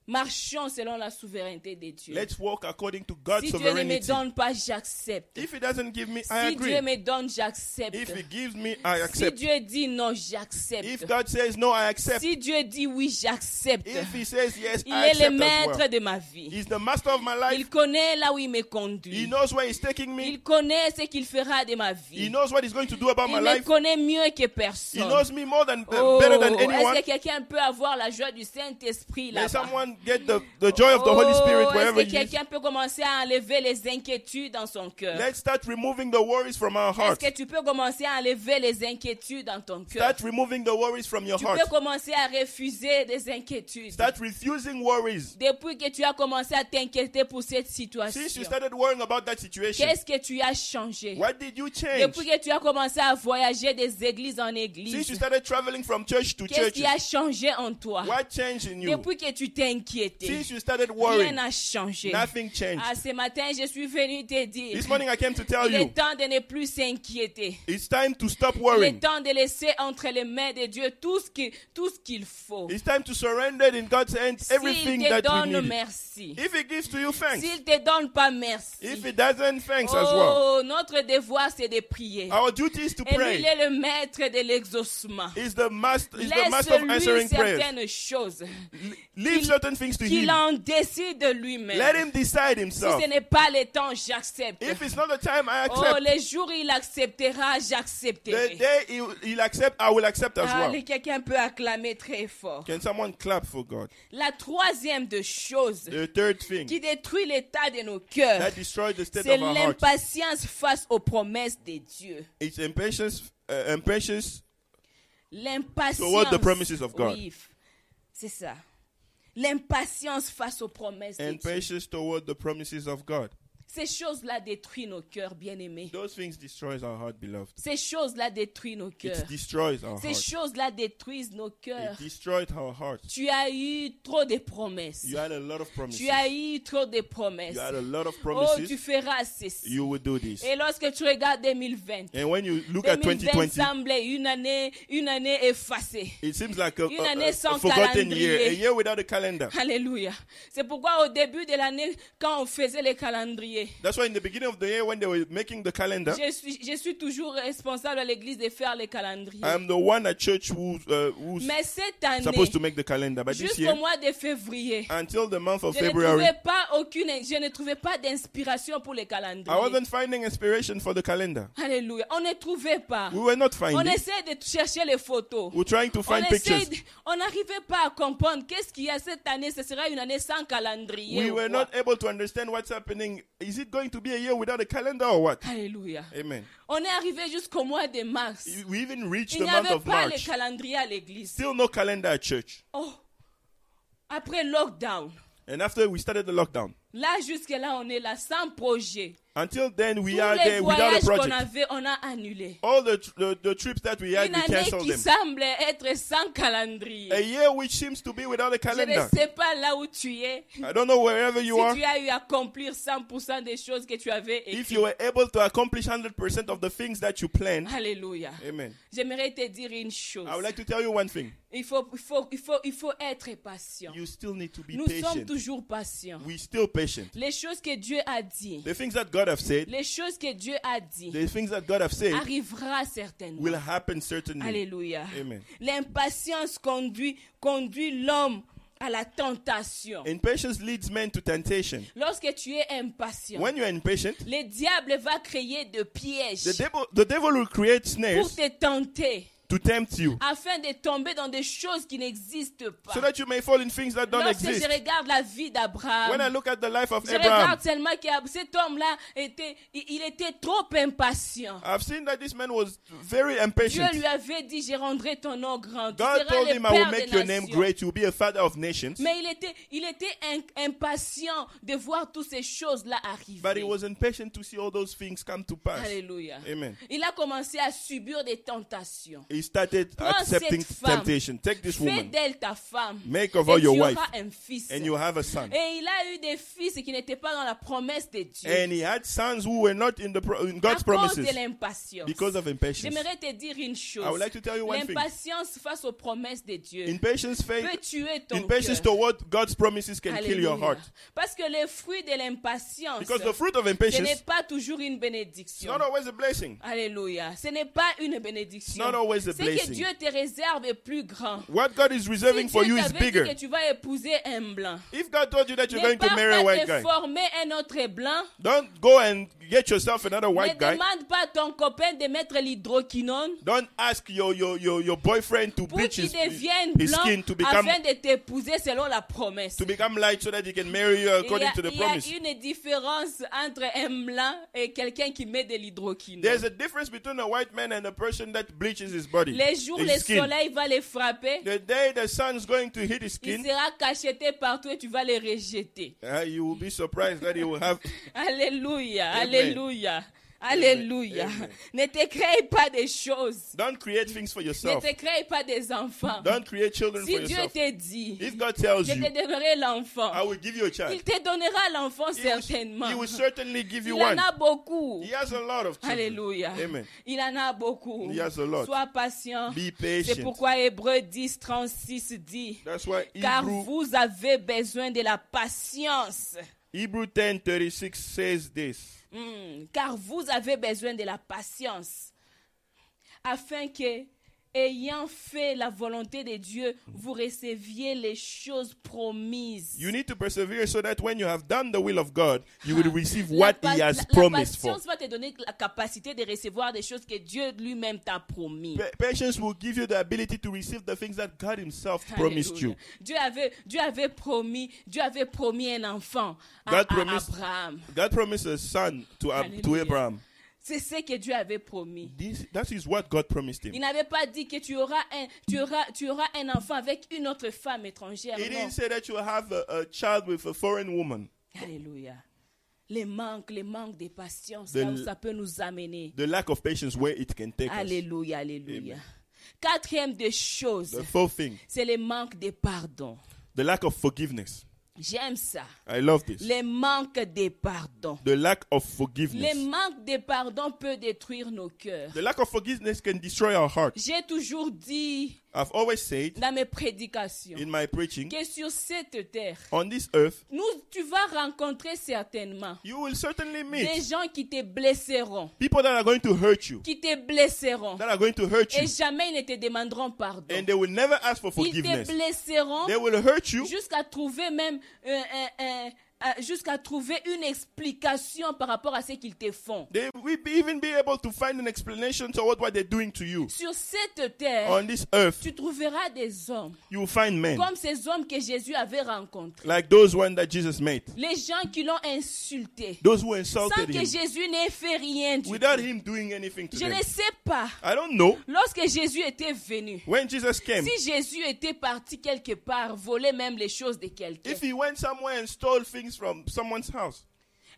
Speaker 2: Marchons selon la souveraineté de Dieu.
Speaker 3: Let's walk according to God's
Speaker 2: si Dieu ne me
Speaker 3: sovereignty.
Speaker 2: donne pas, j'accepte.
Speaker 3: If He doesn't give me, I
Speaker 2: Si Dieu
Speaker 3: agree.
Speaker 2: me donne, j'accepte.
Speaker 3: If He gives me, I
Speaker 2: Si
Speaker 3: accept.
Speaker 2: Dieu dit non, j'accepte.
Speaker 3: If God says no, I accept.
Speaker 2: Si Dieu dit oui, j'accepte.
Speaker 3: If He says yes,
Speaker 2: Il
Speaker 3: I
Speaker 2: est le
Speaker 3: accept as
Speaker 2: maître
Speaker 3: well.
Speaker 2: de ma vie.
Speaker 3: He's the master of my life.
Speaker 2: Il connaît là où il me
Speaker 3: He
Speaker 2: conduit.
Speaker 3: knows where He's taking me.
Speaker 2: Il connaît ce qu'il fera de ma
Speaker 3: He
Speaker 2: vie.
Speaker 3: knows what he's going to do about
Speaker 2: Il
Speaker 3: my
Speaker 2: me
Speaker 3: life.
Speaker 2: connaît mieux que
Speaker 3: He
Speaker 2: personne.
Speaker 3: knows me more than uh,
Speaker 2: Oh,
Speaker 3: better than anyone.
Speaker 2: est-ce que quelqu'un peut avoir la joie du Saint-Esprit
Speaker 3: May
Speaker 2: là-bas?
Speaker 3: someone get the, the joy of the Holy Spirit
Speaker 2: Oh, est-ce que
Speaker 3: wherever you is.
Speaker 2: quelqu'un peut commencer à enlever les inquiétudes dans son cœur?
Speaker 3: Let's start removing the worries from our
Speaker 2: Est-ce
Speaker 3: hearts.
Speaker 2: que tu peux commencer à enlever les inquiétudes dans ton cœur?
Speaker 3: Start removing the worries from your
Speaker 2: Tu
Speaker 3: heart.
Speaker 2: peux commencer à refuser des inquiétudes.
Speaker 3: Start refusing worries.
Speaker 2: Depuis que tu as commencé à t'inquiéter pour cette
Speaker 3: Since
Speaker 2: situation,
Speaker 3: you started worrying about that situation,
Speaker 2: qu'est-ce que tu as changé?
Speaker 3: what did you change?
Speaker 2: Depuis que tu as commencé à voyager des églises en
Speaker 3: Since you
Speaker 2: église,
Speaker 3: started traveling from church to
Speaker 2: qu'est-ce
Speaker 3: church,
Speaker 2: qui a changé en toi?
Speaker 3: what changed in you?
Speaker 2: Depuis que tu t'es inquiété,
Speaker 3: Since you started
Speaker 2: rien
Speaker 3: worrying,
Speaker 2: n'a changé.
Speaker 3: nothing changed.
Speaker 2: Ah, ce matin, je suis venu te dire,
Speaker 3: This morning I came to tell
Speaker 2: il est
Speaker 3: you,
Speaker 2: temps de ne plus s'inquiéter.
Speaker 3: it's time to stop
Speaker 2: Il est
Speaker 3: worrying.
Speaker 2: temps de laisser entre les mains de Dieu tout ce qui- tout ce qu'il faut.
Speaker 3: It's time to surrender in God's hands
Speaker 2: S'il
Speaker 3: everything
Speaker 2: te
Speaker 3: that we
Speaker 2: donne,
Speaker 3: need.
Speaker 2: merci.
Speaker 3: If he gives to you, thanks.
Speaker 2: S'il te donne pas, merci.
Speaker 3: If he doesn't, thanks as well.
Speaker 2: Oh, notre devoir, c'est de prier.
Speaker 3: Our duty is to
Speaker 2: Et lui, il
Speaker 3: pray.
Speaker 2: est le maître de l'exaucement.
Speaker 3: He's the master, he's the master of
Speaker 2: Laisse-lui
Speaker 3: answering prayers.
Speaker 2: certaines choses.
Speaker 3: Leave
Speaker 2: qu'il-
Speaker 3: certain things to
Speaker 2: Qu'il
Speaker 3: him.
Speaker 2: en décide lui-même.
Speaker 3: Let him decide
Speaker 2: si
Speaker 3: himself.
Speaker 2: ce n'est pas le temps, j'accepte.
Speaker 3: If it's not the time, I
Speaker 2: Oh,
Speaker 3: accept.
Speaker 2: les jours où il acceptera,
Speaker 3: The
Speaker 2: j'accepterai.
Speaker 3: day he- he'll accept, I will accept as well.
Speaker 2: Ah, Allez, quelqu'un peut acclamer très fort.
Speaker 3: Can someone clap for God?
Speaker 2: La troisième de choses
Speaker 3: The third thing
Speaker 2: qui détruit l'état de nos cœurs,
Speaker 3: that destroys the state
Speaker 2: c'est
Speaker 3: of our heart
Speaker 2: l'impatience face aux promesses de Dieu.
Speaker 3: is impatience. Uh, impatience.
Speaker 2: L'impatience.
Speaker 3: Toward the promises of God.
Speaker 2: Oui, c'est ça. L'impatience face aux promesses de Dieu.
Speaker 3: Impatience toward the promises of God.
Speaker 2: Ces choses-là détruisent nos cœurs, bien-aimés.
Speaker 3: Those things destroys our heart, beloved.
Speaker 2: Ces choses-là détruisent nos cœurs.
Speaker 3: It destroys our
Speaker 2: Ces
Speaker 3: heart.
Speaker 2: choses-là détruisent nos
Speaker 3: It
Speaker 2: cœurs.
Speaker 3: destroyed our heart.
Speaker 2: Tu as eu trop de promesses.
Speaker 3: You had a lot of promises.
Speaker 2: Tu as eu trop de promesses.
Speaker 3: You had a lot of
Speaker 2: Oh, Eh, tu
Speaker 3: promises.
Speaker 2: feras ceci.
Speaker 3: You will do this.
Speaker 2: Et lorsque tu regardes 2020,
Speaker 3: And when you look at
Speaker 2: 2020
Speaker 3: 2020,
Speaker 2: semblait une année, une année effacée.
Speaker 3: it seems like a, a,
Speaker 2: Une année
Speaker 3: a- a
Speaker 2: sans
Speaker 3: forgotten year, a
Speaker 2: calendrier.
Speaker 3: year without a calendar.
Speaker 2: Alléluia. C'est pourquoi au début de l'année, quand on faisait les calendriers,
Speaker 3: That's why in the beginning of the year, when they were making the calendar,
Speaker 2: je suis, je suis toujours responsable à l'église de faire les calendriers.
Speaker 3: I'm the one at church who, uh, who's
Speaker 2: Mais cette année,
Speaker 3: supposed to make the calendar. But this
Speaker 2: jusqu'au
Speaker 3: year,
Speaker 2: mois de février,
Speaker 3: until the month of
Speaker 2: je ne,
Speaker 3: Um, February,
Speaker 2: trouvais pas aucune, je ne trouvais pas d'inspiration pour les
Speaker 3: I
Speaker 2: calendriers.
Speaker 3: wasn't finding inspiration for the calendar.
Speaker 2: Alléluia. On ne trouvait pas.
Speaker 3: We were not
Speaker 2: On
Speaker 3: finding.
Speaker 2: essaie de chercher les photos.
Speaker 3: We're trying to
Speaker 2: On
Speaker 3: find
Speaker 2: essaie
Speaker 3: pictures.
Speaker 2: de- on n'arrivait pas à comprendre qu'est-ce qu'il y a cette année. Ce sera une année sans calendrier.
Speaker 3: We
Speaker 2: ou
Speaker 3: were
Speaker 2: quoi.
Speaker 3: not able to understand what's happening. Is it going to be a year without a calendar or what?
Speaker 2: Alléluia.
Speaker 3: Amen.
Speaker 2: On est arrivé jusqu'au mois de mars.
Speaker 3: We even reached
Speaker 2: Il
Speaker 3: the
Speaker 2: n'y
Speaker 3: month
Speaker 2: avait
Speaker 3: of
Speaker 2: pas les
Speaker 3: March.
Speaker 2: calendriers à l'église.
Speaker 3: Still no calendar at church.
Speaker 2: Oh, après lockdown,
Speaker 3: And after we started the lockdown,
Speaker 2: là jusque là on est là sans projet,
Speaker 3: Until then, we
Speaker 2: Tous
Speaker 3: are
Speaker 2: les
Speaker 3: there without
Speaker 2: voyages
Speaker 3: a
Speaker 2: qu'on
Speaker 3: project.
Speaker 2: avait, on a annulé.
Speaker 3: All the, tr- the, the trips that we had,
Speaker 2: Une
Speaker 3: we
Speaker 2: année
Speaker 3: canceled
Speaker 2: qui
Speaker 3: them.
Speaker 2: semble être sans
Speaker 3: A
Speaker 2: calendrier.
Speaker 3: year which seems to be without a
Speaker 2: Je ne
Speaker 3: calendar.
Speaker 2: sais pas là où tu es.
Speaker 3: I don't know wherever you are.
Speaker 2: Si tu as eu à accomplir 100% des choses que tu avais
Speaker 3: If
Speaker 2: écrites.
Speaker 3: you were able to accomplish 100% of the things that you
Speaker 2: Ah.
Speaker 3: planned,
Speaker 2: Alléluia.
Speaker 3: amen.
Speaker 2: J'aimerais te dire une chose.
Speaker 3: I would like to tell you one thing.
Speaker 2: Il faut, il faut, il faut, il faut être patient.
Speaker 3: You still need to be
Speaker 2: Nous sommes
Speaker 3: patient.
Speaker 2: toujours patients.
Speaker 3: We still patient.
Speaker 2: Les choses que Dieu a dit,
Speaker 3: The things that God have said,
Speaker 2: les choses que Dieu a dit,
Speaker 3: the things that God have said
Speaker 2: arrivera certainement.
Speaker 3: will happen certainly.
Speaker 2: Alléluia.
Speaker 3: Amen.
Speaker 2: L'impatience conduit, conduit l'homme à la tentation.
Speaker 3: Impatience leads men to temptation.
Speaker 2: Lorsque tu es impatient,
Speaker 3: When you are impatient,
Speaker 2: le diable va créer de
Speaker 3: the
Speaker 2: pièges
Speaker 3: devil, the devil will create
Speaker 2: pour
Speaker 3: snares
Speaker 2: te tenter
Speaker 3: to tempt you
Speaker 2: afin de tomber dans des choses qui n'existent pas.
Speaker 3: so that you may fall in things that don't
Speaker 2: Lorsque
Speaker 3: exist.
Speaker 2: je regarde la vie
Speaker 3: When I
Speaker 2: d'Abraham,
Speaker 3: look at the life of
Speaker 2: je regarde
Speaker 3: Eh, Abraham,
Speaker 2: seulement que Ab- cet homme-là était, il il était trop impatient.
Speaker 3: I've seen that this man was very
Speaker 2: Dieu
Speaker 3: impatient.
Speaker 2: lui avait dit, je rendrai ton nom grand. Tu
Speaker 3: God
Speaker 2: seras
Speaker 3: told
Speaker 2: le
Speaker 3: him, I will
Speaker 2: père
Speaker 3: make
Speaker 2: des
Speaker 3: your name
Speaker 2: nations."
Speaker 3: great. You'll be a father of nations.
Speaker 2: Mais il était, il était in- impatient de voir toutes ces choses-là
Speaker 3: But he
Speaker 2: arriver.
Speaker 3: was impatient to see all those things come to pass.
Speaker 2: Alléluia.
Speaker 3: Amen.
Speaker 2: Il a commencé à subir des tentations.
Speaker 3: He started
Speaker 2: Prends
Speaker 3: accepting
Speaker 2: cette femme.
Speaker 3: temptation. Take this
Speaker 2: Fais
Speaker 3: woman,
Speaker 2: d'elle ta femme.
Speaker 3: Make of her
Speaker 2: et
Speaker 3: your
Speaker 2: tu
Speaker 3: wife.
Speaker 2: auras un fils.
Speaker 3: and you have a son.
Speaker 2: Et il a eu des fils qui n'étaient pas dans la promesse de Dieu.
Speaker 3: And he had sons who were not in the pro- in
Speaker 2: à cause
Speaker 3: God's promises
Speaker 2: de l'impatience.
Speaker 3: because of impatience.
Speaker 2: J'aimerais te dire une chose.
Speaker 3: I would like to tell you one thing.
Speaker 2: L'impatience face aux promesses de Dieu
Speaker 3: Impatience,
Speaker 2: peut
Speaker 3: faith,
Speaker 2: tuer ton
Speaker 3: impatience
Speaker 2: cœur.
Speaker 3: toward God's promises can kill your
Speaker 2: Alléluia.
Speaker 3: heart.
Speaker 2: Parce que le fruit de l'impatience,
Speaker 3: Because the fruit of
Speaker 2: ce
Speaker 3: impatience
Speaker 2: n'est
Speaker 3: is
Speaker 2: pas Ah. toujours une bénédiction.
Speaker 3: not always a blessing.
Speaker 2: Alléluia. Ce n'est pas une bénédiction.
Speaker 3: It's not always a
Speaker 2: Ce que
Speaker 3: blessing.
Speaker 2: Dieu te réserve est plus grand.
Speaker 3: What God is reserving
Speaker 2: si
Speaker 3: for
Speaker 2: Dieu
Speaker 3: you is
Speaker 2: t'avait dit
Speaker 3: bigger.
Speaker 2: que tu vas épouser un blanc,
Speaker 3: If God told you that you're
Speaker 2: ne
Speaker 3: going
Speaker 2: pars
Speaker 3: to marry a
Speaker 2: pas
Speaker 3: white
Speaker 2: te
Speaker 3: guy,
Speaker 2: former un autre blanc.
Speaker 3: don't go and get yourself another
Speaker 2: Ne
Speaker 3: white guy.
Speaker 2: demande pas à ton copain de mettre l'hydroquinone
Speaker 3: Don't ask your, your, your, your boyfriend to
Speaker 2: pour
Speaker 3: bleach
Speaker 2: qu'il
Speaker 3: his,
Speaker 2: devienne
Speaker 3: his
Speaker 2: blanc
Speaker 3: skin to become,
Speaker 2: afin de t'épouser selon la promesse.
Speaker 3: to become light so that he can marry
Speaker 2: Il
Speaker 3: you
Speaker 2: y,
Speaker 3: according
Speaker 2: a,
Speaker 3: to the
Speaker 2: il y a
Speaker 3: promise.
Speaker 2: une différence entre un blanc et quelqu'un qui met de l'hydroquinone.
Speaker 3: There's a difference between a white man and a person that bleaches his body.
Speaker 2: Les jours,
Speaker 3: his
Speaker 2: le
Speaker 3: skin.
Speaker 2: soleil va les frapper.
Speaker 3: The day the sun's going to hit
Speaker 2: Il
Speaker 3: his skin,
Speaker 2: sera cacheté partout et tu vas les rejeter.
Speaker 3: uh, you will be surprised that he will have.
Speaker 2: Alléluia,
Speaker 3: Amen.
Speaker 2: alléluia, alléluia.
Speaker 3: Amen.
Speaker 2: Ne te crée pas des choses.
Speaker 3: Don't create things for
Speaker 2: Ne
Speaker 3: yourself.
Speaker 2: te crée pas des enfants.
Speaker 3: Don't create children for
Speaker 2: Si Dieu
Speaker 3: yourself.
Speaker 2: te dit,
Speaker 3: If God
Speaker 2: je
Speaker 3: tells you,
Speaker 2: te donnerai
Speaker 3: I
Speaker 2: l'enfant,
Speaker 3: will give you a child,
Speaker 2: il te donnera l'enfant
Speaker 3: he will,
Speaker 2: certainement.
Speaker 3: he will certainly give you
Speaker 2: Il en
Speaker 3: one.
Speaker 2: a beaucoup.
Speaker 3: He has a lot of children.
Speaker 2: Alléluia.
Speaker 3: Amen.
Speaker 2: Il en a beaucoup.
Speaker 3: He has a lot.
Speaker 2: Sois patient.
Speaker 3: Be
Speaker 2: C'est
Speaker 3: patient.
Speaker 2: pourquoi Hébreu 10, 36 dit,
Speaker 3: That's why
Speaker 2: car
Speaker 3: Hebrew,
Speaker 2: vous avez besoin de la patience.
Speaker 3: Hebrew 10 says this.
Speaker 2: Hmm, car vous avez besoin de la patience, afin que, ayant fait la volonté de Dieu, vous receviez les choses promises.
Speaker 3: You need to persevere so that when you have done the will of God, you will receive
Speaker 2: La
Speaker 3: what
Speaker 2: pa-
Speaker 3: He has
Speaker 2: la-
Speaker 3: promised
Speaker 2: La
Speaker 3: for.
Speaker 2: patience va te donner la capacité de recevoir des choses que Dieu lui-même t'a promis.
Speaker 3: Pa- Patience will give you the ability to receive the things that God Himself promised
Speaker 2: Alléluia.
Speaker 3: you.
Speaker 2: Dieu avait, Dieu avait promis, Dieu avait promis un enfant à,
Speaker 3: God
Speaker 2: à
Speaker 3: promised-
Speaker 2: Abraham.
Speaker 3: God promised a son to, Ab- to
Speaker 2: Hallelujah.
Speaker 3: Abraham.
Speaker 2: C'est ce que Dieu avait promis.
Speaker 3: This, that is what God promised
Speaker 2: Il
Speaker 3: him.
Speaker 2: n'avait pas dit que tu auras un, tu auras, tu auras un enfant avec une autre femme étrangère.
Speaker 3: He
Speaker 2: non.
Speaker 3: didn't say that you have a, a child with a foreign woman.
Speaker 2: Alléluia. Les manques, les manques de patience,
Speaker 3: The-
Speaker 2: là où ça peut nous amener.
Speaker 3: The lack of patience where it can take us.
Speaker 2: Alléluia, alléluia. Quatrième des choses,
Speaker 3: The fourth thing,
Speaker 2: c'est le manque de pardon.
Speaker 3: the lack of forgiveness.
Speaker 2: J'aime ça.
Speaker 3: I love this.
Speaker 2: Les manques de pardon.
Speaker 3: The lack of
Speaker 2: Les
Speaker 3: forgiveness.
Speaker 2: manques de pardon peut détruire nos cœurs.
Speaker 3: The lack of forgiveness can destroy our heart.
Speaker 2: J'ai toujours dit
Speaker 3: I've always said
Speaker 2: dans mes prédications
Speaker 3: in my preaching,
Speaker 2: que sur cette terre,
Speaker 3: on this earth,
Speaker 2: nous, tu vas rencontrer certainement
Speaker 3: you will certainly
Speaker 2: des
Speaker 3: meet
Speaker 2: gens qui te blesseront,
Speaker 3: people that are going to hurt you,
Speaker 2: qui te blesseront,
Speaker 3: that are going to hurt
Speaker 2: et
Speaker 3: you,
Speaker 2: jamais ils ne te demanderont pardon.
Speaker 3: and they will never ask for
Speaker 2: Ils te
Speaker 3: forgiveness.
Speaker 2: blesseront
Speaker 3: They will hurt you
Speaker 2: jusqu'à trouver même euh, euh, euh, euh, jusqu'à trouver une explication par rapport à ce qu'ils te font.
Speaker 3: They will be, even be able to find an explanation toward what they're doing to you.
Speaker 2: Sur cette terre,
Speaker 3: On this earth,
Speaker 2: tu trouveras des hommes
Speaker 3: you will find men
Speaker 2: comme ces hommes que Jésus avait rencontrés.
Speaker 3: like those one that Jesus met,
Speaker 2: Les gens qui l'ont insulté
Speaker 3: those who
Speaker 2: sans
Speaker 3: insulted
Speaker 2: que
Speaker 3: him
Speaker 2: Jésus n'ait fait rien du
Speaker 3: without
Speaker 2: tout.
Speaker 3: him doing anything to
Speaker 2: Je
Speaker 3: them.
Speaker 2: ne sais pas.
Speaker 3: I don't know.
Speaker 2: Lorsque Jésus était venu,
Speaker 3: When Jesus came,
Speaker 2: si Jésus était parti quelque part, voler même les choses de quelqu'un,
Speaker 3: if he went somewhere and stole things from someone's house,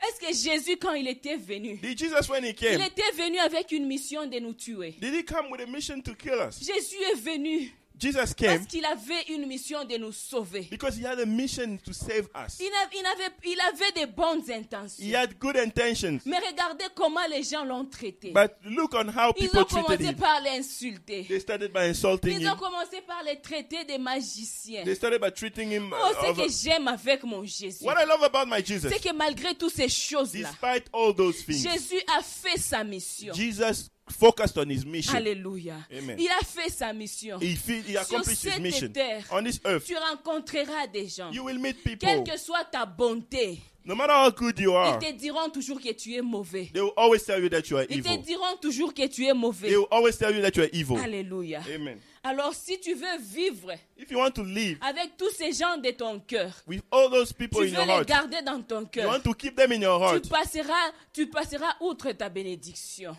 Speaker 2: Est-ce que Jésus, quand il était venu,
Speaker 3: Did Jesus, when he
Speaker 2: il
Speaker 3: came,
Speaker 2: était venu avec une mission de nous tuer
Speaker 3: did he come with a mission to kill us?
Speaker 2: Jésus est venu
Speaker 3: Jesus
Speaker 2: parce
Speaker 3: came
Speaker 2: qu'il avait une mission de nous sauver.
Speaker 3: because he had a mission to save us.
Speaker 2: Il a- il avait, il avait de bonnes intentions.
Speaker 3: He had good intentions.
Speaker 2: Mais regardez comment les gens l'ont traité.
Speaker 3: But look on how
Speaker 2: Ils
Speaker 3: people
Speaker 2: ont
Speaker 3: treated
Speaker 2: commencé
Speaker 3: him.
Speaker 2: par l'insulter.
Speaker 3: They started by insulting
Speaker 2: Ils ont
Speaker 3: him.
Speaker 2: commencé par les traiter de magiciens.
Speaker 3: They started by treating him.
Speaker 2: Oh,
Speaker 3: uh,
Speaker 2: ce
Speaker 3: of a-
Speaker 2: que j'aime avec mon Jésus,
Speaker 3: What I love about my Jesus,
Speaker 2: c'est que malgré toutes ces choses-là,
Speaker 3: despite all those things,
Speaker 2: Jésus a fait sa mission.
Speaker 3: Jesus focused on his mission.
Speaker 2: Alléluia.
Speaker 3: Amen.
Speaker 2: Il a fait sa mission.
Speaker 3: He, fe- he
Speaker 2: Sur
Speaker 3: accomplished his
Speaker 2: cette
Speaker 3: mission.
Speaker 2: terre,
Speaker 3: On this earth,
Speaker 2: Tu rencontreras des gens.
Speaker 3: you will meet
Speaker 2: Quelle
Speaker 3: people.
Speaker 2: que soit ta bonté,
Speaker 3: No matter how good you
Speaker 2: ils
Speaker 3: are,
Speaker 2: te diront toujours que tu es mauvais.
Speaker 3: they will always tell you that you are
Speaker 2: Ils te
Speaker 3: evil.
Speaker 2: diront toujours que tu es mauvais.
Speaker 3: They will always tell you that you are evil.
Speaker 2: Alléluia.
Speaker 3: Amen.
Speaker 2: Alors si tu veux vivre
Speaker 3: If you want to live
Speaker 2: avec tous ces gens de ton cœur,
Speaker 3: with all those
Speaker 2: tu
Speaker 3: people
Speaker 2: veux
Speaker 3: in your
Speaker 2: les
Speaker 3: heart,
Speaker 2: garder dans ton
Speaker 3: you
Speaker 2: cœur.
Speaker 3: want to keep them in your
Speaker 2: Tu
Speaker 3: heart,
Speaker 2: passeras, tu passeras outre ta bénédiction.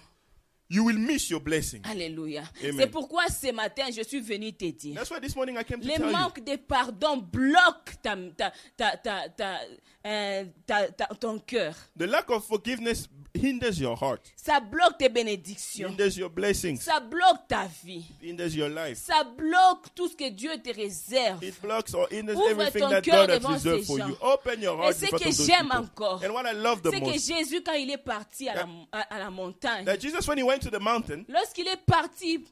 Speaker 3: you will miss your blessing.
Speaker 2: Alléluia.
Speaker 3: Amen.
Speaker 2: C'est pourquoi ce matin, je suis venu te dire.
Speaker 3: That's why this morning I came to
Speaker 2: Les
Speaker 3: tell you.
Speaker 2: manques de pardon bloquent ta, ta, ta, ta, ta, euh, ta- ta- ton cœur.
Speaker 3: The lack of forgiveness hinders your heart,
Speaker 2: Ça bloque tes bénédictions.
Speaker 3: hinders your blessings,
Speaker 2: Ça bloque ta vie.
Speaker 3: hinders your life.
Speaker 2: Ça bloque tout ce que Dieu te réserve.
Speaker 3: It blocks or hinders
Speaker 2: Ouvre
Speaker 3: everything
Speaker 2: ton
Speaker 3: that
Speaker 2: cœur
Speaker 3: God has
Speaker 2: devant
Speaker 3: reserved
Speaker 2: ces
Speaker 3: for
Speaker 2: gens.
Speaker 3: you. Open your heart
Speaker 2: ce
Speaker 3: in front
Speaker 2: que
Speaker 3: of those
Speaker 2: j'aime
Speaker 3: people.
Speaker 2: encore,
Speaker 3: And what I love the
Speaker 2: C'est que
Speaker 3: most,
Speaker 2: Jésus, quand il est parti à la, à- à la montagne,
Speaker 3: that Jesus, when he went to the mountain,
Speaker 2: lorsqu'il est parti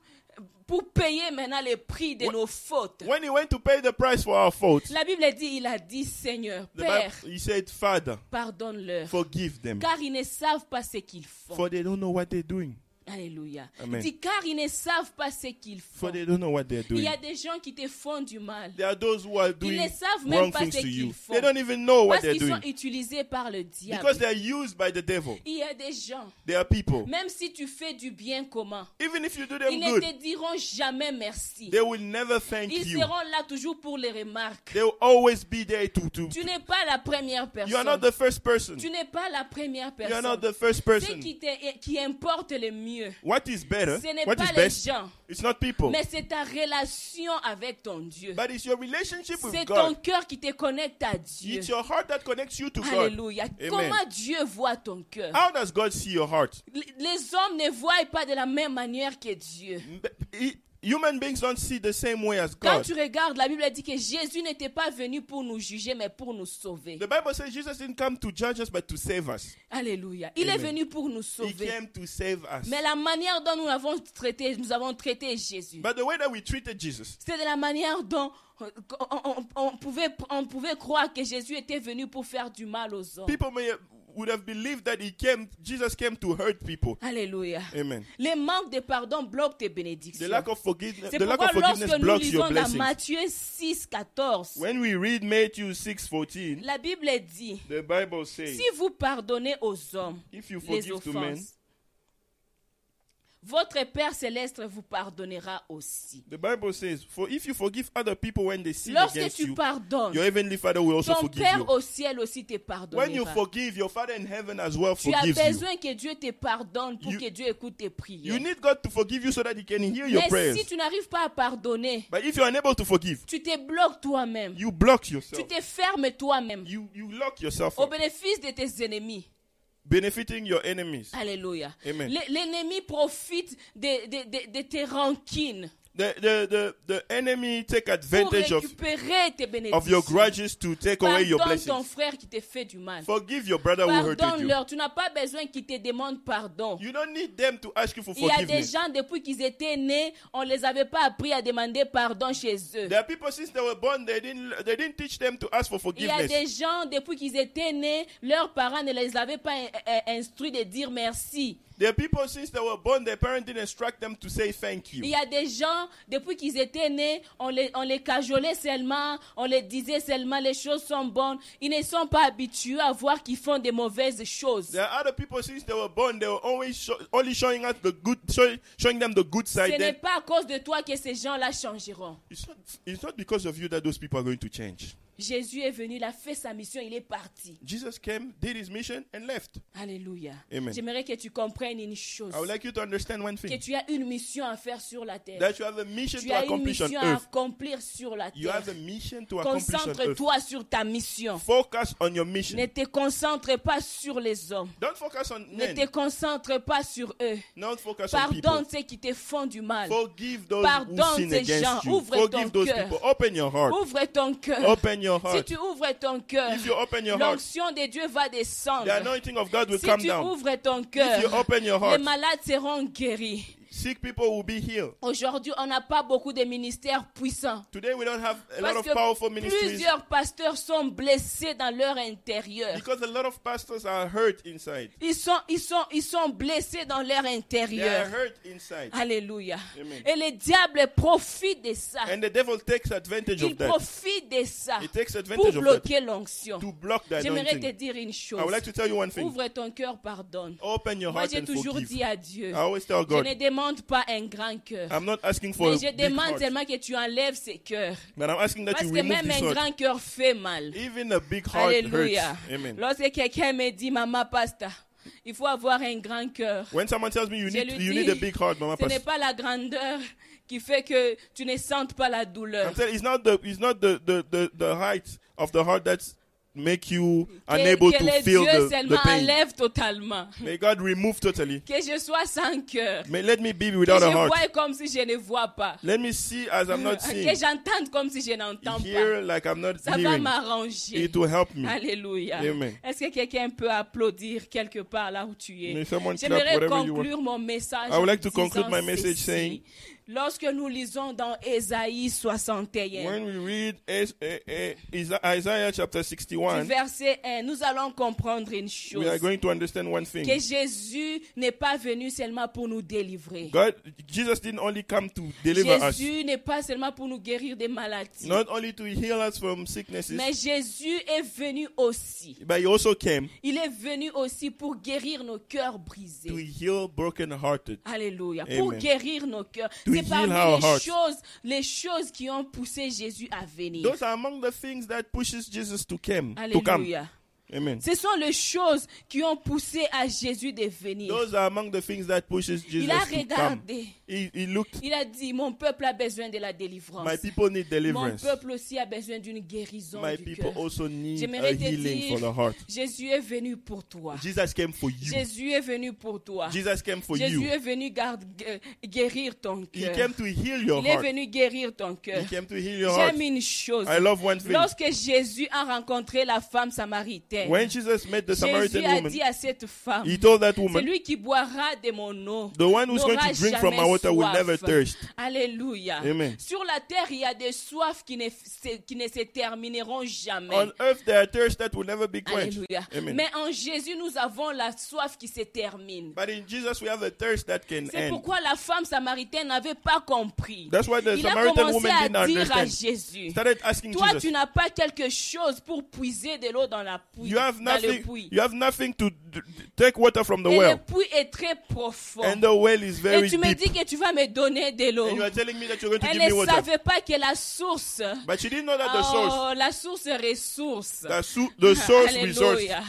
Speaker 2: pour payer maintenant le prix de
Speaker 3: When-
Speaker 2: nos fautes,
Speaker 3: when he went to pay the price for our faults,
Speaker 2: la Bible dit, il a dit, Seigneur,
Speaker 3: the Bible,
Speaker 2: Père,
Speaker 3: he said, Father,
Speaker 2: pardonne-leur,
Speaker 3: forgive them,
Speaker 2: car ils ne savent pas ce qu'ils font.
Speaker 3: for they don't know what they're doing.
Speaker 2: Alléluia.
Speaker 3: Amen.
Speaker 2: Il dit, car ils ne savent pas ce qu'ils font.
Speaker 3: For they don't know what they're
Speaker 2: Il
Speaker 3: doing.
Speaker 2: y a des gens qui te font du mal
Speaker 3: There are those who are doing
Speaker 2: ne savent même
Speaker 3: wrong
Speaker 2: pas
Speaker 3: things
Speaker 2: ce
Speaker 3: to you.
Speaker 2: qu'ils font.
Speaker 3: They don't even know what
Speaker 2: parce
Speaker 3: they're
Speaker 2: qu'ils sont
Speaker 3: doing
Speaker 2: utilisés par le
Speaker 3: because
Speaker 2: diable.
Speaker 3: they're used by the devil.
Speaker 2: Il y a des gens,
Speaker 3: They are people.
Speaker 2: même si tu fais du bien commun,
Speaker 3: Even if you do
Speaker 2: ils
Speaker 3: them
Speaker 2: ne
Speaker 3: good,
Speaker 2: te diront jamais merci.
Speaker 3: they will never thank
Speaker 2: Ils
Speaker 3: you.
Speaker 2: seront là toujours pour les remarques.
Speaker 3: They will always be there to to.
Speaker 2: Tu n'es pas la première
Speaker 3: You are not
Speaker 2: personne.
Speaker 3: the first person.
Speaker 2: Tu n'es pas la première
Speaker 3: You are not
Speaker 2: personne.
Speaker 3: the first
Speaker 2: Ce
Speaker 3: person.
Speaker 2: qui, te- qui importe le mieux,
Speaker 3: What is better?
Speaker 2: ce n'est
Speaker 3: What
Speaker 2: pas
Speaker 3: is
Speaker 2: les
Speaker 3: best? Oh.
Speaker 2: gens,
Speaker 3: It's not people,
Speaker 2: mais c'est ta relation avec ton Dieu.
Speaker 3: but it's your relationship with
Speaker 2: C'est ton
Speaker 3: God.
Speaker 2: cœur qui te connecte à Dieu.
Speaker 3: It's your heart that connects you to God.
Speaker 2: Alléluia.
Speaker 3: Amen. Ah!
Speaker 2: Comment Dieu voit ton cœur
Speaker 3: How does God see your heart?
Speaker 2: L- Les hommes ne voient pas de la même manière que Dieu.
Speaker 3: M- he- Human beings don't see the same way as
Speaker 2: Quand
Speaker 3: Mm. God.
Speaker 2: tu regardes, la Bible dit que Jésus n'était pas venu pour nous juger, mais pour nous sauver.
Speaker 3: The Bible says Jesus didn't come to judge us, but to save us.
Speaker 2: Alléluia. Il est
Speaker 3: Amen.
Speaker 2: venu pour nous
Speaker 3: He
Speaker 2: sauver.
Speaker 3: came to save us.
Speaker 2: Mais la manière dont nous avons traité, nous avons traité Jésus,
Speaker 3: But the way that we treated Jesus,
Speaker 2: c'est de la manière dont on, on- on pouvait, on pouvait croire que Jésus était venu pour faire du mal aux hommes.
Speaker 3: people may would have believed that he came, Jesus came to hurt people.
Speaker 2: Alléluia.
Speaker 3: Amen.
Speaker 2: Les manques de pardon bloquent tes
Speaker 3: The
Speaker 2: bénédictions.
Speaker 3: lack of forgiveness,
Speaker 2: C'est
Speaker 3: the lack of
Speaker 2: pourquoi
Speaker 3: forgiveness
Speaker 2: lorsque nous
Speaker 3: blocks your
Speaker 2: lisons dans
Speaker 3: blessings.
Speaker 2: Matthieu 6, 14,
Speaker 3: When we read Matthew six fourteen,
Speaker 2: la Bible dit,
Speaker 3: the Bible says,
Speaker 2: si vous pardonnez aux hommes
Speaker 3: If you
Speaker 2: les
Speaker 3: forgive to men,
Speaker 2: offenses, votre Père céleste vous pardonnera aussi.
Speaker 3: the Bible says, for if you forgive other people when they sin
Speaker 2: Lorsque
Speaker 3: against
Speaker 2: tu
Speaker 3: you,
Speaker 2: pardonnes,
Speaker 3: your heavenly Father will also
Speaker 2: ton
Speaker 3: forgive
Speaker 2: Père
Speaker 3: you.
Speaker 2: au ciel aussi te
Speaker 3: When you
Speaker 2: pardonnera.
Speaker 3: forgive, your Father in heaven as well
Speaker 2: Tu as
Speaker 3: forgives you.
Speaker 2: besoin que Dieu te pardonne pour
Speaker 3: You-
Speaker 2: que Dieu écoute tes prières.
Speaker 3: You need God to forgive you so that He can hear your
Speaker 2: Mais
Speaker 3: prayers.
Speaker 2: si tu n'arrives pas à pardonner,
Speaker 3: But if you are unable to forgive,
Speaker 2: tu te bloques toi-même.
Speaker 3: you block
Speaker 2: Tu
Speaker 3: yourself.
Speaker 2: te fermes toi-même
Speaker 3: You you lock yourself
Speaker 2: au
Speaker 3: up,
Speaker 2: bénéfice de tes ennemis.
Speaker 3: benefiting your enemies.
Speaker 2: Alléluia.
Speaker 3: Amen.
Speaker 2: L'e- L'ennemi profite de, de- de- de tes rancunes
Speaker 3: The the the, the enemy take
Speaker 2: pour
Speaker 3: advantage of
Speaker 2: récupérer tes
Speaker 3: of your
Speaker 2: bénédictions.
Speaker 3: grudges to take away your
Speaker 2: Pardonne ton
Speaker 3: blessings.
Speaker 2: frère qui te fait du mal.
Speaker 3: Forgive your brother who hurted you.
Speaker 2: Pardonne-leur. Tu n'as pas besoin qu'ils te demandent pardon.
Speaker 3: You don't need them to ask you for
Speaker 2: Il y a des
Speaker 3: forgiveness.
Speaker 2: gens, depuis qu'ils étaient nés, on ne les avait pas appris à demander pardon chez eux.
Speaker 3: There are people since they were born, they didn't they didn't teach them to ask for
Speaker 2: Il y a
Speaker 3: forgiveness.
Speaker 2: des gens, depuis qu'ils étaient nés, leurs parents ne les avaient pas euh, euh, instruits de dire merci.
Speaker 3: There are people since they were born, their parents didn't instruct them to say thank
Speaker 2: Il
Speaker 3: you.
Speaker 2: y a des gens, depuis qu'ils étaient nés, on les, on les cajolait seulement, on les disait seulement les choses sont bonnes. Ils ne sont pas habitués à voir qu'ils font des mauvaises choses.
Speaker 3: There are other people since they were born, they were always sho- only showing us the good, show- showing them the good
Speaker 2: Ce
Speaker 3: side.
Speaker 2: n'est
Speaker 3: Then
Speaker 2: pas à cause de toi que ces gens-là changeront.
Speaker 3: it's not it's not because of you that those people are going to change.
Speaker 2: Jésus est venu, il a fait sa mission, il est parti.
Speaker 3: Jesus came, did his mission, and left.
Speaker 2: Alléluia.
Speaker 3: Amen.
Speaker 2: J'aimerais que tu comprennes une chose.
Speaker 3: I would like you to understand one
Speaker 2: Que
Speaker 3: thing
Speaker 2: tu as une mission à faire sur la terre.
Speaker 3: that you have a mission
Speaker 2: tu
Speaker 3: to
Speaker 2: as une
Speaker 3: accomplish on
Speaker 2: mission à
Speaker 3: earth.
Speaker 2: accomplir sur la
Speaker 3: You
Speaker 2: terre.
Speaker 3: have a mission to accomplish on earth.
Speaker 2: Concentre-toi sur ta mission.
Speaker 3: Focus on your
Speaker 2: Ne
Speaker 3: mission.
Speaker 2: te concentre pas sur les hommes.
Speaker 3: Don't focus on
Speaker 2: Ne
Speaker 3: men.
Speaker 2: te concentre pas sur eux.
Speaker 3: Don't focus on people.
Speaker 2: Pardonne ceux qui te font du mal.
Speaker 3: Forgive those
Speaker 2: Pardonne
Speaker 3: who sin
Speaker 2: ces
Speaker 3: against
Speaker 2: gens.
Speaker 3: you.
Speaker 2: Ouvre
Speaker 3: Forgive
Speaker 2: ton
Speaker 3: those
Speaker 2: cœur.
Speaker 3: people. Open your heart.
Speaker 2: Ouvre ton cœur.
Speaker 3: Open your
Speaker 2: Si
Speaker 3: heart.
Speaker 2: tu ouvres ton cœur,
Speaker 3: If you open your heart,
Speaker 2: l'onction de Dieu va descendre.
Speaker 3: the anointing of God will
Speaker 2: Si
Speaker 3: come
Speaker 2: tu
Speaker 3: down.
Speaker 2: ouvres ton
Speaker 3: If you
Speaker 2: cœur,
Speaker 3: open your
Speaker 2: les
Speaker 3: heart,
Speaker 2: malades seront guéris.
Speaker 3: sick people will be healed.
Speaker 2: Aujourd'hui, on n'a pas beaucoup de ministères puissants.
Speaker 3: Today we don't have a lot
Speaker 2: Parce
Speaker 3: of
Speaker 2: que
Speaker 3: powerful ministries
Speaker 2: plusieurs pasteurs sont blessés dans leur intérieur.
Speaker 3: because a lot of pastors are hurt inside.
Speaker 2: Ils sont, ils sont, ils sont blessés dans leur
Speaker 3: They are
Speaker 2: intérieur.
Speaker 3: hurt inside.
Speaker 2: Alléluia.
Speaker 3: Amen.
Speaker 2: Et le diable profite de ça.
Speaker 3: And the devil takes advantage
Speaker 2: Il
Speaker 3: of that
Speaker 2: profite de ça
Speaker 3: He takes advantage
Speaker 2: pour
Speaker 3: of that.
Speaker 2: bloquer l'onction.
Speaker 3: to block the
Speaker 2: J'aimerais te
Speaker 3: anointing.
Speaker 2: dire une chose.
Speaker 3: I would like to tell you one thing.
Speaker 2: Ouvre ton cœur, pardonne.
Speaker 3: Open your
Speaker 2: Moi,
Speaker 3: heart
Speaker 2: j'ai
Speaker 3: and
Speaker 2: toujours dit
Speaker 3: forgive.
Speaker 2: à Dieu.
Speaker 3: I always tell
Speaker 2: Je
Speaker 3: God,
Speaker 2: ne demande pas un grand cœur.
Speaker 3: I'm not asking for a
Speaker 2: Mais je
Speaker 3: big
Speaker 2: demande
Speaker 3: heart,
Speaker 2: seulement que tu enlèves ces cœurs.
Speaker 3: but I'm asking that
Speaker 2: Parce
Speaker 3: you
Speaker 2: que
Speaker 3: remove
Speaker 2: même
Speaker 3: this
Speaker 2: un
Speaker 3: heart.
Speaker 2: grand cœur fait mal.
Speaker 3: Even a big heart
Speaker 2: Alléluia.
Speaker 3: hurts. Amen.
Speaker 2: Lorsque quelqu'un me dit, maman, pasta, il faut avoir un grand cœur.
Speaker 3: When someone tells me you
Speaker 2: Je
Speaker 3: need
Speaker 2: lui
Speaker 3: you
Speaker 2: dis,
Speaker 3: need a big heart, Mama
Speaker 2: ce n'est
Speaker 3: Pastor,
Speaker 2: pas la grandeur qui fait que tu ne sentes pas la douleur.
Speaker 3: I'm telling it's not the it's not the the, the, the height of the heart that make you
Speaker 2: Que,
Speaker 3: unable
Speaker 2: que
Speaker 3: to
Speaker 2: les
Speaker 3: feel
Speaker 2: dieux
Speaker 3: the, the
Speaker 2: seulement
Speaker 3: pain.
Speaker 2: enlèvent totalement.
Speaker 3: May God remove totally.
Speaker 2: Que je sois sans cœur.
Speaker 3: May let me be
Speaker 2: Que
Speaker 3: without a
Speaker 2: je
Speaker 3: heart.
Speaker 2: voie comme si je ne vois pas.
Speaker 3: Let me see as I'm not
Speaker 2: Que
Speaker 3: seeing.
Speaker 2: j'entende comme si je n'entends pas.
Speaker 3: Hear like I'm not
Speaker 2: Ça va
Speaker 3: hearing.
Speaker 2: m'arranger.
Speaker 3: It will help me.
Speaker 2: Alléluia.
Speaker 3: Amen.
Speaker 2: Est-ce que quelqu'un peut applaudir quelque part là où tu es?
Speaker 3: May someone clap
Speaker 2: J'aimerais
Speaker 3: wherever you
Speaker 2: conclure mon message.
Speaker 3: I would like to
Speaker 2: en disant
Speaker 3: conclude my message
Speaker 2: ceci.
Speaker 3: saying-
Speaker 2: Lorsque nous lisons dans Ésaïe 61,
Speaker 3: When we read Es- eh, eh, Isa- Isaiah chapter
Speaker 2: du
Speaker 3: 61,
Speaker 2: verset 1, nous allons comprendre une chose.
Speaker 3: we are going to understand one
Speaker 2: Que
Speaker 3: thing.
Speaker 2: Jésus n'est pas venu seulement pour nous délivrer.
Speaker 3: God, Jesus didn't only come to deliver us,
Speaker 2: Jésus n'est pas seulement pour nous guérir des maladies.
Speaker 3: not only to heal us from sicknesses,
Speaker 2: Mais Jésus est venu aussi.
Speaker 3: but he also came
Speaker 2: Il est venu aussi pour guérir nos cœurs
Speaker 3: to
Speaker 2: brisés.
Speaker 3: heal brokenhearted.
Speaker 2: Alléluia.
Speaker 3: Amen.
Speaker 2: Pour guérir nos cœurs.
Speaker 3: To
Speaker 2: C'est
Speaker 3: heal
Speaker 2: parmi
Speaker 3: our
Speaker 2: les
Speaker 3: hearts.
Speaker 2: choses, les choses qui ont poussé Jésus à venir.
Speaker 3: Those are among the things that pushes Jesus to come. To come.
Speaker 2: Alléluia.
Speaker 3: Amen.
Speaker 2: Ce sont les choses qui ont poussé à Jésus de venir.
Speaker 3: Those are among the things that pushes Jesus
Speaker 2: Il a
Speaker 3: to come.
Speaker 2: regardé.
Speaker 3: He, he looked.
Speaker 2: Il a dit, mon peuple a besoin de la délivrance.
Speaker 3: My people need
Speaker 2: Mon
Speaker 3: deliverance.
Speaker 2: peuple aussi a besoin d'une guérison
Speaker 3: My
Speaker 2: du
Speaker 3: people
Speaker 2: cœur.
Speaker 3: also need a
Speaker 2: J'aimerais te
Speaker 3: healing for the
Speaker 2: dire,
Speaker 3: heart.
Speaker 2: Jésus est venu pour toi.
Speaker 3: Jesus came for you.
Speaker 2: Jésus est venu pour toi.
Speaker 3: Jesus came for
Speaker 2: Jésus
Speaker 3: you.
Speaker 2: est venu garde- gu- guérir ton
Speaker 3: He
Speaker 2: cœur.
Speaker 3: came to heal your
Speaker 2: Il est
Speaker 3: heart.
Speaker 2: venu guérir ton cœur.
Speaker 3: He came to heal your heart.
Speaker 2: J'aime une chose.
Speaker 3: I love one thing.
Speaker 2: Lorsque Jésus a rencontré la femme samaritaine,
Speaker 3: When Jesus met the
Speaker 2: Jésus
Speaker 3: Samaritan
Speaker 2: a
Speaker 3: woman,
Speaker 2: dit à cette femme,
Speaker 3: he told that woman,
Speaker 2: celui qui boira de mon eau,
Speaker 3: The one who's
Speaker 2: n'aura
Speaker 3: going to drink from
Speaker 2: jamais
Speaker 3: my water will
Speaker 2: soif.
Speaker 3: never thirst.
Speaker 2: Alléluia.
Speaker 3: Amen.
Speaker 2: Sur la terre, il y a des soifs qui ne, se- qui ne se termineront jamais.
Speaker 3: On earth there are thirsts that will never be quenched.
Speaker 2: Alléluia.
Speaker 3: Amen.
Speaker 2: Mais en Jésus, nous avons la soif qui se termine.
Speaker 3: But in Jesus, we have a thirst that can
Speaker 2: C'est
Speaker 3: end.
Speaker 2: pourquoi la femme samaritaine n'avait pas compris.
Speaker 3: That's why the
Speaker 2: Il a
Speaker 3: Samaritan
Speaker 2: commencé
Speaker 3: woman
Speaker 2: à
Speaker 3: didn't
Speaker 2: dire à
Speaker 3: understand.
Speaker 2: Jésus,
Speaker 3: Started asking
Speaker 2: toi tu
Speaker 3: Jesus,
Speaker 2: n'as pas quelque chose pour puiser de l'eau dans, la puits,
Speaker 3: you have
Speaker 2: dans le
Speaker 3: nothing.
Speaker 2: puits.
Speaker 3: You have nothing to d- d- take water from the
Speaker 2: Et
Speaker 3: well,
Speaker 2: le puits est très profond.
Speaker 3: and the well is
Speaker 2: Et
Speaker 3: very
Speaker 2: tu me
Speaker 3: deep.
Speaker 2: dis que tu vas me donner de l'eau.
Speaker 3: And you are telling me that you're going to
Speaker 2: Elle
Speaker 3: give me
Speaker 2: ne
Speaker 3: water,
Speaker 2: savait pas que la source,
Speaker 3: but she didn't know that the source,
Speaker 2: oh, la source est ressource.
Speaker 3: the, su- the source resource.
Speaker 2: Alléluia.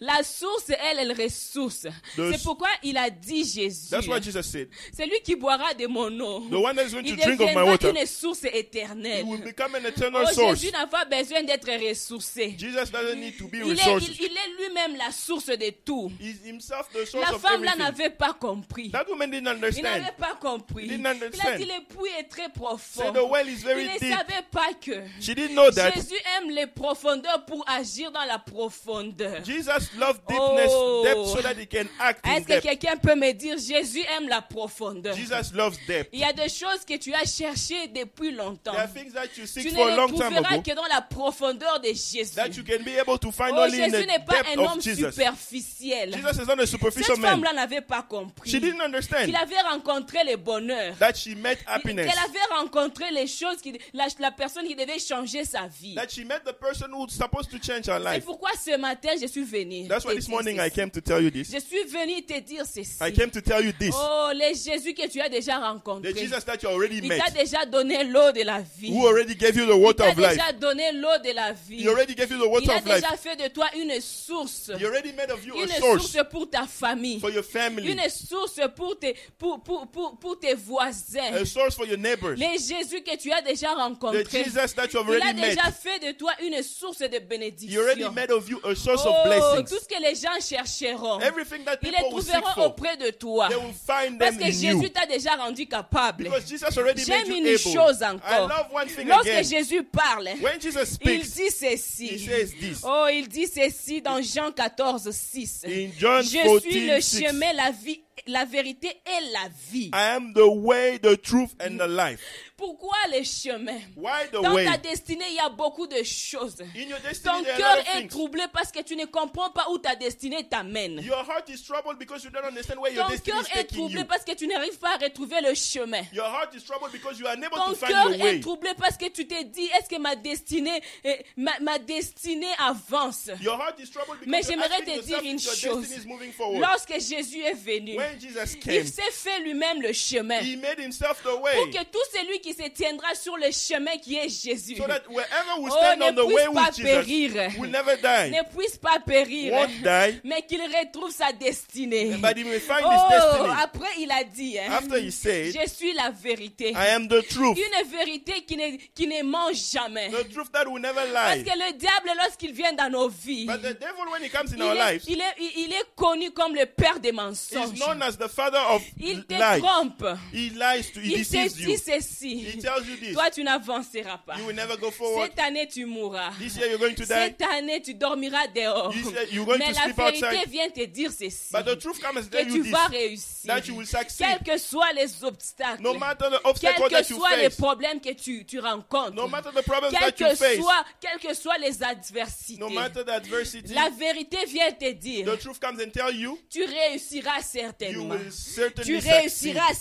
Speaker 2: La source, elle, elle ressource.
Speaker 3: The-
Speaker 2: C'est pourquoi il a dit Jésus.
Speaker 3: That's what Jesus said.
Speaker 2: C'est lui qui boira de mon eau.
Speaker 3: The one that's going
Speaker 2: Il
Speaker 3: to drink of my
Speaker 2: deviendra
Speaker 3: water,
Speaker 2: une source
Speaker 3: he
Speaker 2: éternelle.
Speaker 3: will become an eternal
Speaker 2: Oh,
Speaker 3: source.
Speaker 2: Jésus n'a pas besoin d'être ressourcé.
Speaker 3: Jesus doesn't need to be
Speaker 2: Il est,
Speaker 3: resourced.
Speaker 2: il, il est lui-même la source de tout.
Speaker 3: He's himself the source
Speaker 2: La
Speaker 3: of
Speaker 2: femme là
Speaker 3: everything.
Speaker 2: n'avait pas compris.
Speaker 3: That woman didn't
Speaker 2: Il
Speaker 3: understand.
Speaker 2: n'avait pas compris.
Speaker 3: Didn't
Speaker 2: Il a
Speaker 3: understand.
Speaker 2: dit le puits est très profond.
Speaker 3: Said the well is
Speaker 2: Il
Speaker 3: very
Speaker 2: ne
Speaker 3: deep.
Speaker 2: savait pas que
Speaker 3: She didn't know that.
Speaker 2: Jésus aime les profondeurs pour agir dans la profondeur.
Speaker 3: Jesus loved deepness,
Speaker 2: Oh.
Speaker 3: depth, so that he can act in
Speaker 2: Est-ce que
Speaker 3: depth.
Speaker 2: quelqu'un peut me dire Jésus aime la profondeur?
Speaker 3: Jesus loves depth.
Speaker 2: Il y a des choses que tu as cherchées depuis longtemps.
Speaker 3: There are things that you
Speaker 2: Tu
Speaker 3: seek
Speaker 2: ne
Speaker 3: for a
Speaker 2: les
Speaker 3: long time
Speaker 2: trouveras
Speaker 3: ago
Speaker 2: que dans la profondeur de Jésus.
Speaker 3: that you can be able to find
Speaker 2: Oh,
Speaker 3: only in the
Speaker 2: Jésus n'est pas
Speaker 3: depth
Speaker 2: un
Speaker 3: of
Speaker 2: homme
Speaker 3: Jesus.
Speaker 2: superficiel.
Speaker 3: Jesus is not a superficial
Speaker 2: Cette
Speaker 3: man.
Speaker 2: femme-là n'avait pas compris
Speaker 3: She didn't understand
Speaker 2: qu'il avait rencontré le bonheur,
Speaker 3: that she met
Speaker 2: qu'elle
Speaker 3: happiness,
Speaker 2: avait rencontré les choses, qui, la, la personne qui devait changer sa vie.
Speaker 3: that she met the person who's supposed to change her
Speaker 2: C'est
Speaker 3: life.
Speaker 2: pourquoi ce matin, je suis venu.
Speaker 3: That's why this morning I came to tell you this.
Speaker 2: Je suis venu te dire ceci.
Speaker 3: I came to tell you this.
Speaker 2: Oh, les Jésus que tu as déjà rencontré.
Speaker 3: The Jesus that you already
Speaker 2: Il t'a
Speaker 3: met,
Speaker 2: déjà donné l'eau de la vie.
Speaker 3: who already gave you the water
Speaker 2: Il
Speaker 3: of
Speaker 2: t'a
Speaker 3: life.
Speaker 2: déjà donné l'eau de la vie.
Speaker 3: He already gave you the
Speaker 2: Il
Speaker 3: water
Speaker 2: a
Speaker 3: of life.
Speaker 2: déjà fait de toi une source.
Speaker 3: He already made of you a
Speaker 2: Une
Speaker 3: source
Speaker 2: source pour ta famille.
Speaker 3: for your family,
Speaker 2: Une source pour tes, pour, pour, pour, pour tes voisins.
Speaker 3: a source for your neighbors.
Speaker 2: Les Jésus que tu as déjà
Speaker 3: The
Speaker 2: rencontrés.
Speaker 3: Jesus that you
Speaker 2: Il a
Speaker 3: already met,
Speaker 2: déjà fait de toi une source de
Speaker 3: He
Speaker 2: bénédiction.
Speaker 3: already made of you a source of
Speaker 2: Oh, tout
Speaker 3: blessings.
Speaker 2: ce que les gens chercheront,
Speaker 3: Everything that
Speaker 2: ils les
Speaker 3: people will seek
Speaker 2: trouveront
Speaker 3: for,
Speaker 2: auprès de toi.
Speaker 3: they will find
Speaker 2: Parce
Speaker 3: them
Speaker 2: que
Speaker 3: in you.
Speaker 2: Jésus t'a déjà rendu capable.
Speaker 3: Because Jesus already made
Speaker 2: J'aime
Speaker 3: you
Speaker 2: une
Speaker 3: able.
Speaker 2: chose
Speaker 3: I
Speaker 2: encore.
Speaker 3: love one thing
Speaker 2: Lorsque
Speaker 3: again.
Speaker 2: Jésus parle,
Speaker 3: When Jesus
Speaker 2: il
Speaker 3: speaks,
Speaker 2: dit ceci.
Speaker 3: He says this.
Speaker 2: Oh, il dit ceci dans Jean 14, 6.
Speaker 3: In John
Speaker 2: Je suis le
Speaker 3: 14, 6.
Speaker 2: chemin, la vie, la vérité et la vie.
Speaker 3: I am the way, the truth, and the life.
Speaker 2: Pourquoi le chemin?
Speaker 3: Why the
Speaker 2: Dans
Speaker 3: way?
Speaker 2: ta destinée, il y a beaucoup de choses.
Speaker 3: In your
Speaker 2: Ton
Speaker 3: destiny, there are a
Speaker 2: cœur
Speaker 3: lot of
Speaker 2: est
Speaker 3: things.
Speaker 2: troublé parce que tu ne comprends pas où ta destinée t'amène.
Speaker 3: Your heart is troubled because you don't understand where your
Speaker 2: Ton
Speaker 3: destiny
Speaker 2: cœur
Speaker 3: is
Speaker 2: est
Speaker 3: taking
Speaker 2: troublé
Speaker 3: you.
Speaker 2: parce que tu n'arrives pas à retrouver le chemin.
Speaker 3: Your heart is troubled because you are unable
Speaker 2: Ton
Speaker 3: to find
Speaker 2: cœur
Speaker 3: your way.
Speaker 2: est troublé parce que tu t'es dit, est-ce que ma destinée, eh, ma, ma destinée avance?
Speaker 3: Your heart is troubled because
Speaker 2: Mais
Speaker 3: you're
Speaker 2: j'aimerais
Speaker 3: asking
Speaker 2: te dire
Speaker 3: yourself
Speaker 2: une
Speaker 3: if your
Speaker 2: chose.
Speaker 3: destiny is moving forward.
Speaker 2: Lorsque Jésus est venu,
Speaker 3: When Jesus came,
Speaker 2: il s'est fait lui-même le chemin.
Speaker 3: he made himself the way
Speaker 2: Pour que tout celui qui se tiendra sur le chemin qui est Jésus
Speaker 3: so that wherever we
Speaker 2: Oh,
Speaker 3: stand
Speaker 2: ne
Speaker 3: on the
Speaker 2: puisse
Speaker 3: way
Speaker 2: pas
Speaker 3: with Jesus,
Speaker 2: périr.
Speaker 3: we'll never die.
Speaker 2: ne puisse pas périr,
Speaker 3: Won't die.
Speaker 2: mais qu'il retrouve sa destinée.
Speaker 3: But he may find his
Speaker 2: Oh,
Speaker 3: destiny.
Speaker 2: après il a dit, hein,
Speaker 3: After he said,
Speaker 2: je suis la vérité.
Speaker 3: I am the truth,
Speaker 2: Une vérité qui ne, qui ne ment jamais.
Speaker 3: the truth that will never
Speaker 2: Parce
Speaker 3: lie.
Speaker 2: que le diable, lorsqu'il vient dans nos vies,
Speaker 3: But the devil, when he comes in
Speaker 2: il
Speaker 3: our
Speaker 2: est,
Speaker 3: lives,
Speaker 2: il, est, il- il est connu comme le père des
Speaker 3: is
Speaker 2: mensonges.
Speaker 3: known as the father of
Speaker 2: Il te
Speaker 3: lies.
Speaker 2: trompe.
Speaker 3: He lies to,
Speaker 2: Il
Speaker 3: he
Speaker 2: te
Speaker 3: deceives you.
Speaker 2: dit ceci.
Speaker 3: He tells you this.
Speaker 2: Toi, tu n'avanceras pas.
Speaker 3: You will never go forward.
Speaker 2: Cette année, tu mourras.
Speaker 3: This year you're going to die.
Speaker 2: Cette année, tu dormiras dehors.
Speaker 3: This year you're going
Speaker 2: Mais
Speaker 3: to
Speaker 2: la
Speaker 3: sleep
Speaker 2: vérité
Speaker 3: outside.
Speaker 2: vient te dire ceci.
Speaker 3: But the truth comes and tell
Speaker 2: Que tu
Speaker 3: you
Speaker 2: vas
Speaker 3: this,
Speaker 2: réussir.
Speaker 3: that you will succeed.
Speaker 2: Quels que soient les obstacles.
Speaker 3: No matter the
Speaker 2: Quels
Speaker 3: obstacle
Speaker 2: que
Speaker 3: that you
Speaker 2: soient les
Speaker 3: face,
Speaker 2: problèmes que tu, tu rencontres.
Speaker 3: no matter the problems
Speaker 2: Quels
Speaker 3: that
Speaker 2: que
Speaker 3: you face,
Speaker 2: soient quelles que soient les adversités.
Speaker 3: no matter the adversity,
Speaker 2: La vérité vient te dire.
Speaker 3: the truth comes and tell you,
Speaker 2: Tu réussiras
Speaker 3: you
Speaker 2: certainement.
Speaker 3: will certainly
Speaker 2: Tu
Speaker 3: succeed.
Speaker 2: réussiras
Speaker 3: You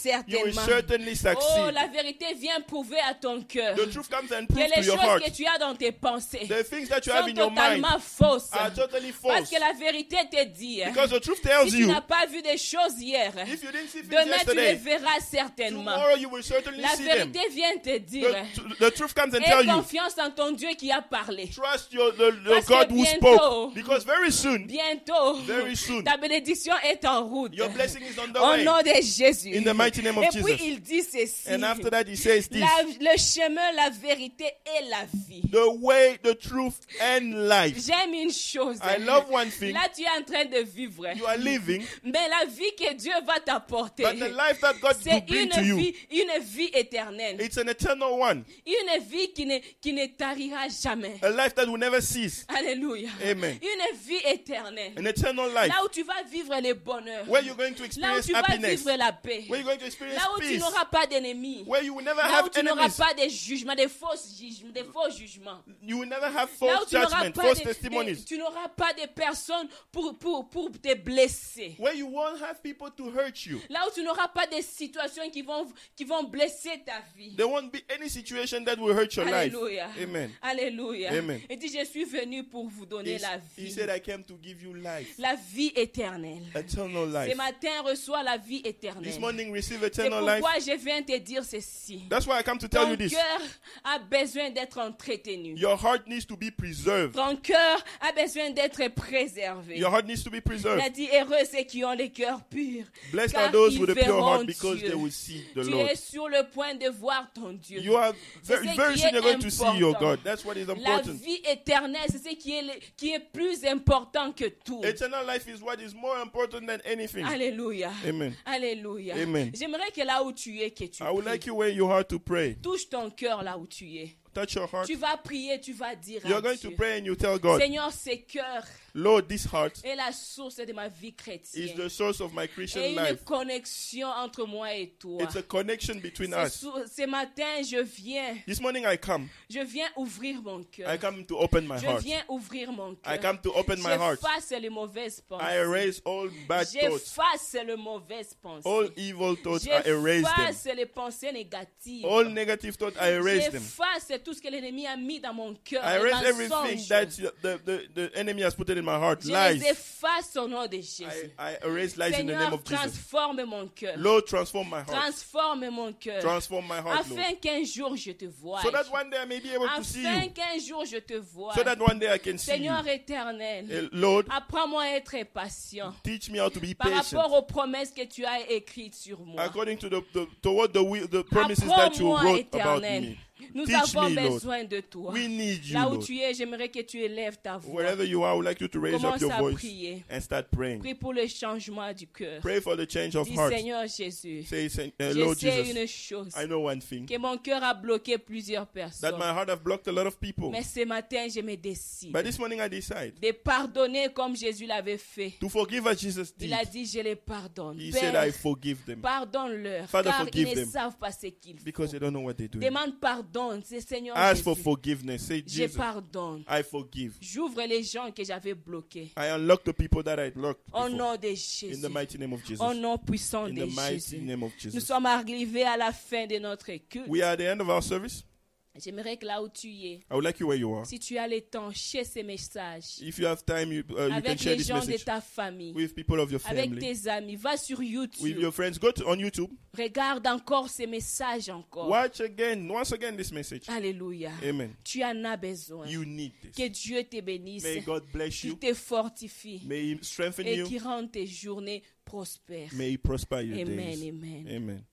Speaker 3: will
Speaker 2: certainement.
Speaker 3: certainly
Speaker 2: Oh,
Speaker 3: succeed.
Speaker 2: la vérité vient prouver à ton cœur
Speaker 3: The truth comes and
Speaker 2: que
Speaker 3: proves to
Speaker 2: les
Speaker 3: your
Speaker 2: choses
Speaker 3: heart.
Speaker 2: que tu as dans tes pensées
Speaker 3: The things that you have
Speaker 2: sont
Speaker 3: in your mind
Speaker 2: totalement fausses.
Speaker 3: are totally
Speaker 2: Parce
Speaker 3: false.
Speaker 2: que la vérité te dit, hein,
Speaker 3: Because the truth
Speaker 2: si
Speaker 3: tells
Speaker 2: tu
Speaker 3: you,
Speaker 2: n'as pas vu des choses hier,
Speaker 3: if you didn't see things
Speaker 2: demain tu les
Speaker 3: yesterday,
Speaker 2: verras certainement.
Speaker 3: tomorrow you will certainly
Speaker 2: La
Speaker 3: see them.
Speaker 2: vérité vient te dire, hein,
Speaker 3: The, tr- the truth comes and tell
Speaker 2: aie
Speaker 3: you,
Speaker 2: confiance en ton Dieu qui a parlé.
Speaker 3: trust your the, the
Speaker 2: Parce que
Speaker 3: God who
Speaker 2: bientôt-
Speaker 3: spoke. Because very soon,
Speaker 2: Bientôt,
Speaker 3: Very soon.
Speaker 2: ta bénédiction est en route.
Speaker 3: your blessing is on the
Speaker 2: Au
Speaker 3: way.
Speaker 2: nom de Jésus.
Speaker 3: In the mighty name of
Speaker 2: Et puis
Speaker 3: Jesus.
Speaker 2: il dit ceci.
Speaker 3: And after that, he says this
Speaker 2: La- le chemin, la vérité et la vie.
Speaker 3: the way, the truth, and life.
Speaker 2: J'aime une chose. hein.
Speaker 3: I love one thing.
Speaker 2: Là, tu es en train de vivre. hein.
Speaker 3: You are living,
Speaker 2: Mais la vie que Dieu va t'apporter,
Speaker 3: but the life that God will
Speaker 2: c'est
Speaker 3: bring
Speaker 2: une
Speaker 3: to you,
Speaker 2: vie, une vie éternelle.
Speaker 3: it's an eternal one,
Speaker 2: Une vie qui ne, qui ne tarira jamais.
Speaker 3: a life that will never cease,
Speaker 2: Alléluia.
Speaker 3: Euh, Amen.
Speaker 2: Une vie éternelle.
Speaker 3: an eternal life,
Speaker 2: Là où tu vas vivre le bonheur.
Speaker 3: where you're going to
Speaker 2: Là où
Speaker 3: experience
Speaker 2: tu vas
Speaker 3: happiness,
Speaker 2: vivre la paix.
Speaker 3: where you're going to experience
Speaker 2: Là où tu
Speaker 3: peace,
Speaker 2: n'auras pas d'ennemis.
Speaker 3: where you will never
Speaker 2: Là où
Speaker 3: have
Speaker 2: tu n'auras
Speaker 3: enemies,
Speaker 2: pas de jugements, des faux jugements, des faux jugements.
Speaker 3: you will never have
Speaker 2: Là où
Speaker 3: false
Speaker 2: tu n'auras
Speaker 3: judgment,
Speaker 2: pas
Speaker 3: false
Speaker 2: de, de-
Speaker 3: testimonies,
Speaker 2: tu n'auras pas de personnes pour, pour, pour te blesser.
Speaker 3: where you won't have people to hurt you.
Speaker 2: Là où tu n'auras pas des situations qui vont, qui vont blesser ta vie.
Speaker 3: There won't be any situation that will hurt your life.
Speaker 2: Alléluia.
Speaker 3: Amen.
Speaker 2: Alléluia.
Speaker 3: Amen.
Speaker 2: Il dit, je suis venu pour vous donner la
Speaker 3: He
Speaker 2: vie.
Speaker 3: said, I came to give you life,
Speaker 2: La vie éternelle.
Speaker 3: eternal
Speaker 2: Ce
Speaker 3: life.
Speaker 2: matin, reçois la vie éternelle.
Speaker 3: This morning, receive
Speaker 2: C'est
Speaker 3: eternal life.
Speaker 2: pourquoi je viens te dire ceci.
Speaker 3: That's why I come to tell
Speaker 2: Ton
Speaker 3: you this.
Speaker 2: cœur a besoin d'être entretenu.
Speaker 3: Your heart needs to be preserved.
Speaker 2: Ton cœur a besoin d'être préservé.
Speaker 3: Your heart needs to be
Speaker 2: Il a
Speaker 3: preserved.
Speaker 2: dit, heureux ceux qui ont les cœurs purs.
Speaker 3: Blessed
Speaker 2: car
Speaker 3: are those
Speaker 2: ils
Speaker 3: with a pure
Speaker 2: verront
Speaker 3: heart because
Speaker 2: Dieu.
Speaker 3: they will see the
Speaker 2: Tu
Speaker 3: Lord.
Speaker 2: es sur le point de voir ton Dieu.
Speaker 3: You are
Speaker 2: C'est
Speaker 3: very,
Speaker 2: ce
Speaker 3: very
Speaker 2: qui
Speaker 3: soon
Speaker 2: est
Speaker 3: you're going to see your
Speaker 2: important.
Speaker 3: God. That's what is
Speaker 2: La
Speaker 3: important.
Speaker 2: vie éternelle, c'est ce qui est, le- qui est plus important que tout.
Speaker 3: Eternal life is what is more important than anything.
Speaker 2: Alléluia.
Speaker 3: Amen.
Speaker 2: Alléluia.
Speaker 3: Amen.
Speaker 2: J'aimerais que là où tu es, que tu
Speaker 3: I would
Speaker 2: pries.
Speaker 3: like you where you are to pray.
Speaker 2: touche ton cœur là où tu es.
Speaker 3: Touch your heart.
Speaker 2: Tu vas prier, tu vas dire à
Speaker 3: You're going to
Speaker 2: Dieu,
Speaker 3: pray and you tell God,
Speaker 2: Seigneur, ce cœur
Speaker 3: Lord, this heart
Speaker 2: est la source de ma vie
Speaker 3: is
Speaker 2: chrétienne.
Speaker 3: the source of my
Speaker 2: Et
Speaker 3: Christian
Speaker 2: une
Speaker 3: life.
Speaker 2: connexion entre moi et toi.
Speaker 3: It's a connection between
Speaker 2: Ce,
Speaker 3: us.
Speaker 2: sou- ce matin, je viens,
Speaker 3: This morning I come.
Speaker 2: je viens ouvrir mon
Speaker 3: I
Speaker 2: cœur.
Speaker 3: come to open my
Speaker 2: Je
Speaker 3: heart.
Speaker 2: viens ouvrir mon
Speaker 3: I
Speaker 2: cœur.
Speaker 3: come to open my heart.
Speaker 2: J'efface les mauvaises
Speaker 3: I
Speaker 2: pensées.
Speaker 3: erase all bad thoughts.
Speaker 2: J'efface les mauvaises
Speaker 3: All
Speaker 2: pensées.
Speaker 3: evil thoughts, I erase them.
Speaker 2: J'efface les pensées négatives.
Speaker 3: All negative thoughts, I erase them.
Speaker 2: J'efface tout ce que l'ennemi a mis dans mon cœur.
Speaker 3: I
Speaker 2: les
Speaker 3: erase everything
Speaker 2: mensonges.
Speaker 3: that the, the, the enemy has put in in my heart,
Speaker 2: Je
Speaker 3: lies.
Speaker 2: les efface au nom de Jésus.
Speaker 3: I, I erase lies in the name
Speaker 2: Seigneur,
Speaker 3: of Jesus.
Speaker 2: transforme mon cœur.
Speaker 3: Lord, transform my heart.
Speaker 2: Transforme mon cœur.
Speaker 3: Transform my heart, Lord.
Speaker 2: Afin qu'un jour je te voie.
Speaker 3: So that one day I may be able to see
Speaker 2: Afin
Speaker 3: you.
Speaker 2: qu'un jour je te voie.
Speaker 3: So that one day I can see you.
Speaker 2: Seigneur éternel,
Speaker 3: Eh, Lord,
Speaker 2: apprends-moi à être patient
Speaker 3: teach me how to be
Speaker 2: par
Speaker 3: patient.
Speaker 2: rapport aux promesses que tu as écrites sur moi.
Speaker 3: According to the, the toward the, will, the promises that you
Speaker 2: Apprends-moi,
Speaker 3: wrote about
Speaker 2: éternel.
Speaker 3: me.
Speaker 2: Nous
Speaker 3: Teach
Speaker 2: avons
Speaker 3: me, Lord.
Speaker 2: besoin de toi.
Speaker 3: We need you,
Speaker 2: Là où
Speaker 3: Lord.
Speaker 2: tu es, j'aimerais que tu élèves ta voix.
Speaker 3: Wherever you are, I would like you to raise up
Speaker 2: Commence
Speaker 3: your
Speaker 2: à
Speaker 3: voice
Speaker 2: prier.
Speaker 3: and start praying.
Speaker 2: Prie pour le changement du cœur.
Speaker 3: Pray for the change of
Speaker 2: Dis
Speaker 3: heart.
Speaker 2: Seigneur Jésus,
Speaker 3: Say, Sen- uh,
Speaker 2: je
Speaker 3: Lord
Speaker 2: sais une
Speaker 3: Jesus,
Speaker 2: chose,
Speaker 3: I know one thing
Speaker 2: que mon cœur a bloqué plusieurs
Speaker 3: that my
Speaker 2: personnes.
Speaker 3: heart have blocked a lot of people.
Speaker 2: Mais ce matin, je me décide
Speaker 3: But this morning I decide
Speaker 2: de pardonner comme Jésus l'avait fait.
Speaker 3: to forgive as Jesus
Speaker 2: Il a
Speaker 3: did.
Speaker 2: dit, je les pardonne.
Speaker 3: He said, I
Speaker 2: Père,
Speaker 3: forgive them
Speaker 2: pardonne-leur,
Speaker 3: Father,
Speaker 2: car ils
Speaker 3: forgive
Speaker 2: ne
Speaker 3: them.
Speaker 2: savent pas ce qu'ils font.
Speaker 3: because they don't know what they're doing.
Speaker 2: Demande pardon, c'est Seigneur
Speaker 3: Ask for
Speaker 2: Jésus.
Speaker 3: forgiveness. Say,
Speaker 2: Je
Speaker 3: Jesus,
Speaker 2: pardonne.
Speaker 3: I forgive.
Speaker 2: J'ouvre les gens que j'avais bloqués.
Speaker 3: I unlock the people that I locked
Speaker 2: Au
Speaker 3: before.
Speaker 2: nom de
Speaker 3: in
Speaker 2: Jésus.
Speaker 3: the mighty name of
Speaker 2: Au
Speaker 3: Jesus.
Speaker 2: nom puissant
Speaker 3: In
Speaker 2: de
Speaker 3: the mighty
Speaker 2: Jésus.
Speaker 3: name of
Speaker 2: Oh, Nous
Speaker 3: Jesus.
Speaker 2: sommes arrivés à la fin de notre culte.
Speaker 3: We are at the end of our service.
Speaker 2: J'aimerais que là où tu y es,
Speaker 3: I would like you where you are.
Speaker 2: si tu as le temps, share ces messages
Speaker 3: If you have time, you, uh, you can
Speaker 2: avec
Speaker 3: share
Speaker 2: les
Speaker 3: this
Speaker 2: gens de
Speaker 3: message
Speaker 2: ta famille,
Speaker 3: with people of your
Speaker 2: avec
Speaker 3: family,
Speaker 2: tes amis. Va sur
Speaker 3: with
Speaker 2: YouTube.
Speaker 3: your friends. Go to, on YouTube.
Speaker 2: Regarde encore ces messages encore.
Speaker 3: Watch again, once again, this message.
Speaker 2: Alléluia.
Speaker 3: Amen.
Speaker 2: Tu en as besoin.
Speaker 3: You need
Speaker 2: Ah, Que
Speaker 3: this.
Speaker 2: Dieu te bénisse,
Speaker 3: May God bless
Speaker 2: qu'il
Speaker 3: you.
Speaker 2: te fortifie
Speaker 3: May He strengthen
Speaker 2: et
Speaker 3: you.
Speaker 2: qu'il rende tes journées prospères.
Speaker 3: May He prosper your
Speaker 2: Amen,
Speaker 3: days.
Speaker 2: amen.
Speaker 3: Amen.